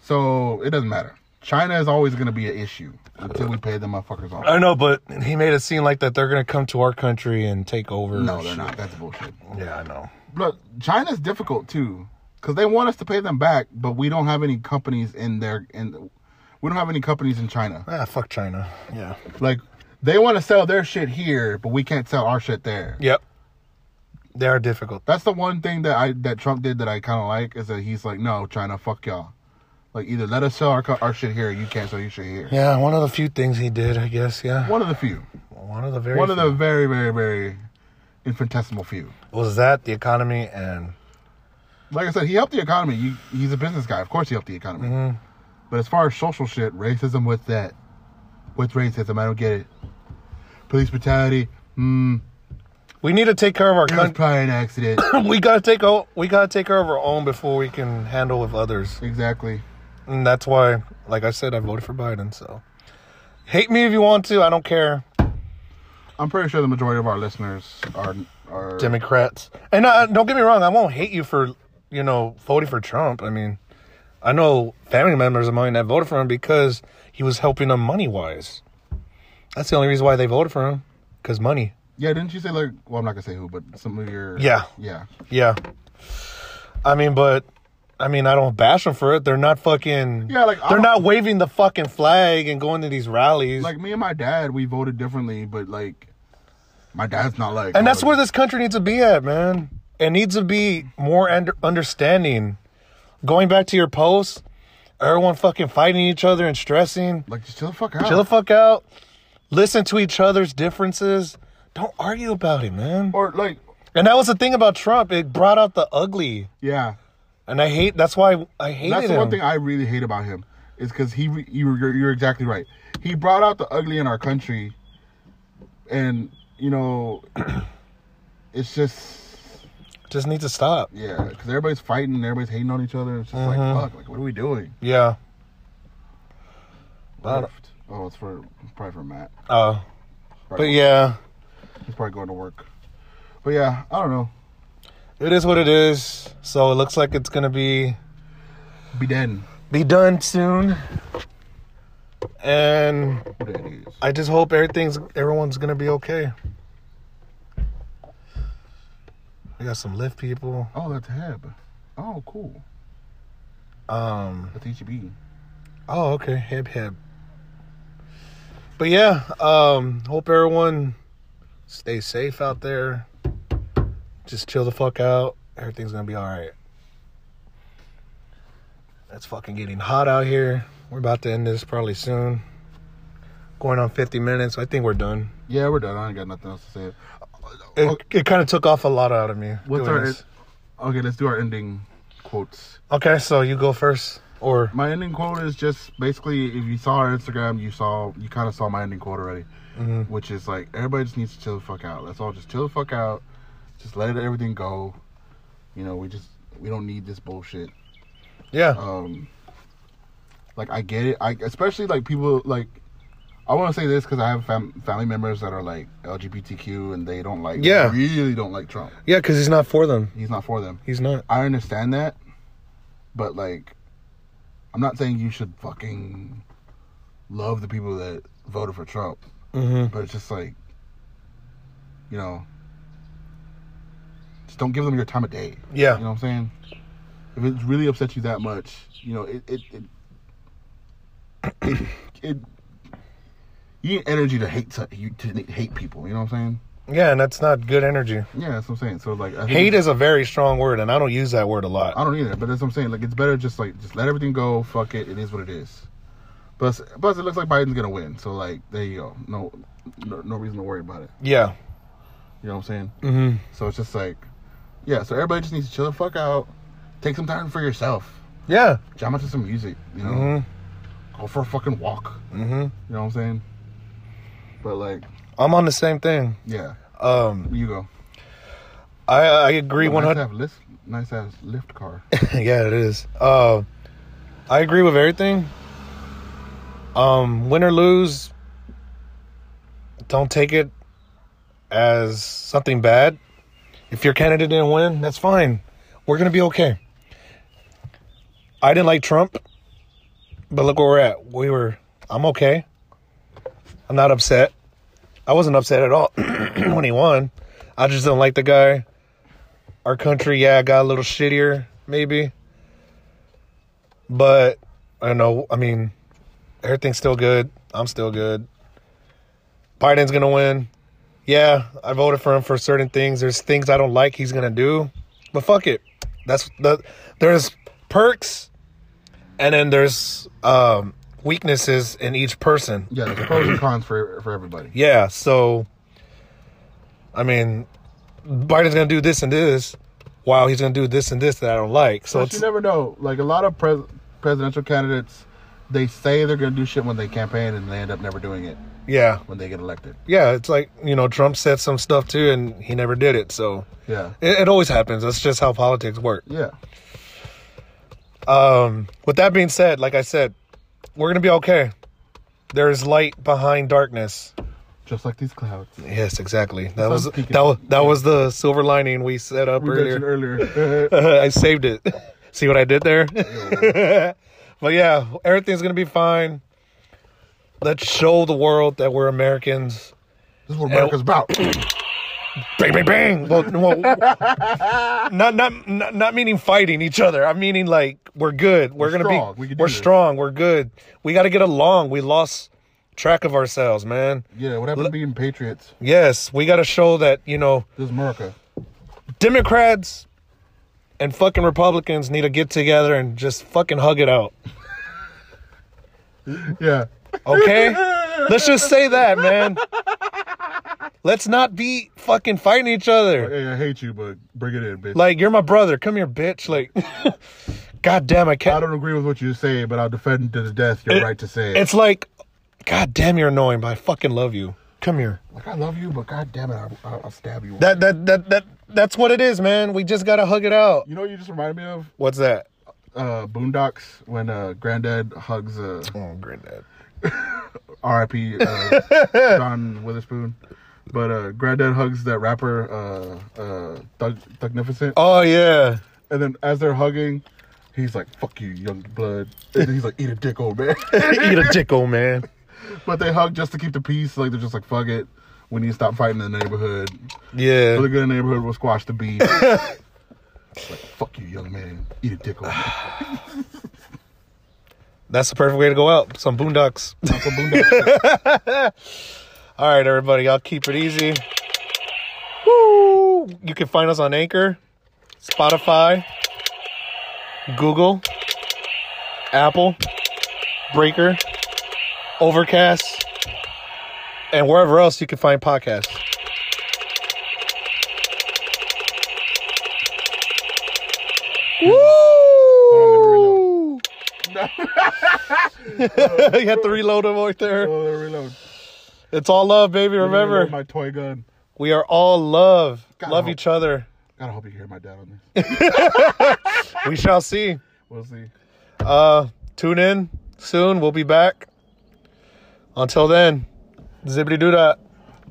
B: So it doesn't matter. China is always going to be an issue until we pay them motherfuckers off.
A: I know, but he made it seem like that they're gonna come to our country and take over.
B: No,
A: and
B: they're
A: shit.
B: not. That's bullshit.
A: Yeah, I know.
B: Look, China's difficult too, because they want us to pay them back, but we don't have any companies in their in. We don't have any companies in China.
A: Ah, fuck China. Yeah.
B: Like they want to sell their shit here, but we can't sell our shit there.
A: Yep. They are difficult.
B: That's the one thing that I that Trump did that I kind of like is that he's like, no, China, fuck y'all. Like either let us sell our co- our shit here, or you can't sell your shit here.
A: Yeah, one of the few things he did, I guess. Yeah.
B: One of the few.
A: One of the very.
B: One of
A: few.
B: the very very very infinitesimal few.
A: was that the economy and
B: like I said, he helped the economy. You, he's a business guy. Of course, he helped the economy.
A: Mm-hmm.
B: But as far as social shit, racism, what's that? What's racism? I don't get it. Police brutality. Hmm.
A: we need to take care of our
B: It was
A: country.
B: probably an
A: [coughs]
B: accident.
A: [laughs] we gotta take o- we gotta take care of our own before we can handle with others.
B: exactly.
A: And that's why, like I said, I voted for Biden. So, hate me if you want to. I don't care.
B: I'm pretty sure the majority of our listeners are are
A: Democrats. And uh, don't get me wrong. I won't hate you for you know voting for Trump. I mean, I know family members of mine that voted for him because he was helping them money wise. That's the only reason why they voted for him, because money.
B: yeah. Didn't you say like? Well, I'm not gonna say who, but some of your
A: Yeah.
B: yeah.
A: Yeah. I mean, but I mean, I don't bash them for it. They're not fucking.
B: Yeah, like, I
A: they're
B: don't-
A: not waving the fucking flag and going to these rallies.
B: Like me and my dad, we voted differently, but like, my dad's not like.
A: and that's
B: oh,
A: where this country needs to be at, man. It needs to be more under- understanding. Going back to your post, everyone fucking fighting each other and stressing.
B: Like just chill the fuck out.
A: Chill the fuck out. Listen to each other's differences. Don't argue about it, man.
B: or like
A: And that was the thing about Trump. It brought out the ugly.
B: yeah.
A: And I hate. That's why I hated
B: That's the
A: him.
B: one thing I really hate about him is because he re- you were- you're, you're exactly right. He brought out the ugly in our country, and you know, [clears throat] it's just
A: Just need to stop.
B: yeah, because everybody's fighting and everybody's hating on each other. It's just like fuck, like what are we doing?
A: Yeah. I don't-
B: Left. Oh, it's for probably for Matt.
A: Uh, but
B: Probably-
A: yeah,
B: he's probably going to work. But yeah, I don't know.
A: it is what it is. So it looks like it's gonna be
B: Be dead.
A: be done soon. And
B: Who that is?
A: I just hope everything's everyone's gonna be okay. We got some lift people.
B: Oh, that's Heb. Oh, cool.
A: Um.
B: That's E HB.
A: Oh, okay. Hip hip. But yeah, um, hope everyone stay safe out there. Just chill the fuck out. Everything's gonna be alright. It's fucking getting hot out here. We're about to end this probably soon. Going on 50 minutes. I think we're done.
B: Yeah, we're done. I ain't got nothing else to say.
A: It,
B: Okay.
A: it kind of took off a lot out of me.
B: What's
A: doing
B: our
A: this.
B: okay? Let's do our ending quotes.
A: Okay, so you go first. Or
B: My ending quote is just basically if you saw our Instagram, you saw you kind of saw my ending quote already,
A: Mhm.
B: which is like everybody just needs to chill the fuck out. Let's all just chill the fuck out. Just let everything go. You know, we just we don't need this bullshit.
A: yeah,
B: um like I get it. I especially like people like I want to say this because I have fam- family members that are like LGBTQ and they don't like they
A: Yeah.
B: really don't like Trump.
A: yeah, because he's not for them.
B: He's not for them.
A: He's not.
B: I understand that, but like I'm not saying you should fucking love the people that voted for Trump,
A: hmm
B: but it's just like you know just don't give them your time of day.
A: Yeah.
B: You know what I'm saying? If it really upsets you that much, you know, it it it, it, [coughs] it you need energy to hate to, you to hate people. You know what I'm
A: Yeah, and that's not good energy.
B: saying? Yeah, that's what I'm saying. So like, I think-
A: Hate is a very strong word, and I don't use that word a lot.
B: I don't either, but that's what I'm saying. Like, it's better just like just let everything go. Fuck it. It is what it is. Plus, plus, it looks like Biden's gonna win. So like, there you go. No, no, no reason to worry about it.
A: Yeah.
B: You know what I'm saying?
A: Mm-hmm.
B: So it's just like, yeah. So everybody just needs to chill the fuck out. Take some time for yourself.
A: Yeah.
B: Jam out to some music. You know.
A: Mm-hmm.
B: go for a fucking walk.
A: Mm-hmm.
B: You know what I'm saying? But like,
A: I'm on the same thing.
B: yeah,
A: Um,
B: you go.
A: I I agree
B: Nice
A: one
B: to
A: hundred.
B: have list, nice ass lift car.
A: [laughs] yeah, it is. Uh, I agree with everything. Um, win or lose, don't take it as something bad. If your candidate didn't win, that's fine. We're gonna be okay. I didn't like Trump, but look where we're at. We were. I'm okay. I'm not upset. I wasn't upset at all [clears throat] when he won. I just don't like the guy our country, yeah, got a little shittier, maybe. But I don't know. I mean, everything's still good. I'm still good. Biden's gonna win. Yeah, I voted for him for certain things. There's things I don't like he's gonna do, but fuck it. That's the there's perks, and then there's um, weaknesses in each person.
B: Yeah, there's pros and cons for for everybody.
A: Yeah, so I mean, Biden's gonna do this and this, while he's gonna do this and this that I don't like. So
B: But
A: it's
B: you never know. Like a lot of pres- presidential candidates, they say they're gonna do shit when they campaign, and they end up never doing it
A: yeah,
B: when they get elected.
A: yeah. It's like you know, Trump said some stuff too, and he never did it. So
B: Yeah,
A: it, it always happens. That's just how politics work.
B: yeah,
A: Um, with that being said, like I said, we're gonna be okay. There is light behind darkness.
B: just like these clouds we
A: Yes, exactly. That
B: I'm
A: was
B: peeking.
A: that was that was the silver lining we set up earlier.
B: mentioned
A: [laughs]
B: earlier.
A: I saved it. [laughs] See what I did there? [laughs] but yeah, everything's gonna be fine. Let's show the world that we're Americans.
B: this is what America's about.
A: Bang, bang, bang. Well,
B: [laughs]
A: well, not, not not not meaning fighting each other. I'm meaning like we're good. We're, gonna
B: strong.
A: be.
B: We can do
A: are
B: this.
A: strong. We're good. We got to get along. We lost track of ourselves, man.
B: Yeah, what happened to being patriots?
A: Yes, we got to show that you know
B: This is America.
A: Democrats and fucking Republicans need to get together and just fucking hug it out.
B: Yeah,
A: Okay? [laughs] Let's just say that, man. Let's not be fucking fighting each other.
B: hey, I hate you, but bring it in, bitch.
A: Like, you're my brother. Come here, bitch. Like, [laughs] God damn, I
B: I
A: can't.
B: don't agree with what you say, but I'll defend to the death your right to say it.
A: It's like, God damn, you're annoying, but I fucking love you. Come here.
B: Like I love you, but god damn it, I, I, I'll stab you.
A: That, that, that, that, that's what it is, man. We just gotta hug it out.
B: you know, what you just reminded me of
A: What's that?
B: uh, Boondocks when uh, Granddad hugs. Uh,
A: Oh, granddad.
B: R.I.P. Uh, John Witherspoon. But uh, Granddad hugs that rapper, uh, uh, Thug, Thugnificent.
A: Oh yeah.
B: And then as they're hugging, he's like, fuck you, young blood. And he's like, eat a dick, old man.
A: Eat a dick, old man.
B: but they hug just to keep the peace. Like, they're just like, fuck it. We need to stop fighting in the neighborhood.
A: Yeah.
B: Really good neighborhood will squash the beef. It's like, fuck you, young man. Eat a dick, old man.
A: That's the perfect way to go out. Some boondocks.
B: Uncle Boondock.
A: [laughs] All right, everybody. I'll keep it easy. Woo! You can find us on Anchor, Spotify, Google, Apple, Breaker, Overcast, and wherever else you can find podcasts. Woo! [laughs] you have to reload them right there.
B: Oh, reload.
A: It's all love, baby. Remember,
B: Reload my toy gun.
A: we are all love.
B: God,
A: love
B: I hope-
A: each other.
B: God, I hope you hear my dad on this.
A: We shall see.
B: We'll see.
A: Uh, tune in soon. We'll be back. Until then, zibbity doo dah.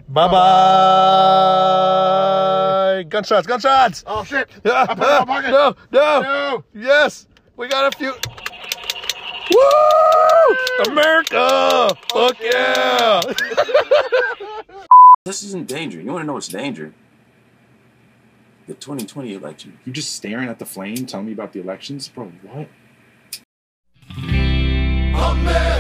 A: Bye bye. Gunshots, gunshots.
B: Oh, shit.
A: Yeah,
B: I put it in my pocket.
A: no, no,
B: No.
A: Yes, we got a few. Woo! America! Fuck yeah.
D: This isn't danger. You want to know what's danger? The 2020 election.
E: You're just staring at the flame, telling me about the elections, bro. What?
C: America.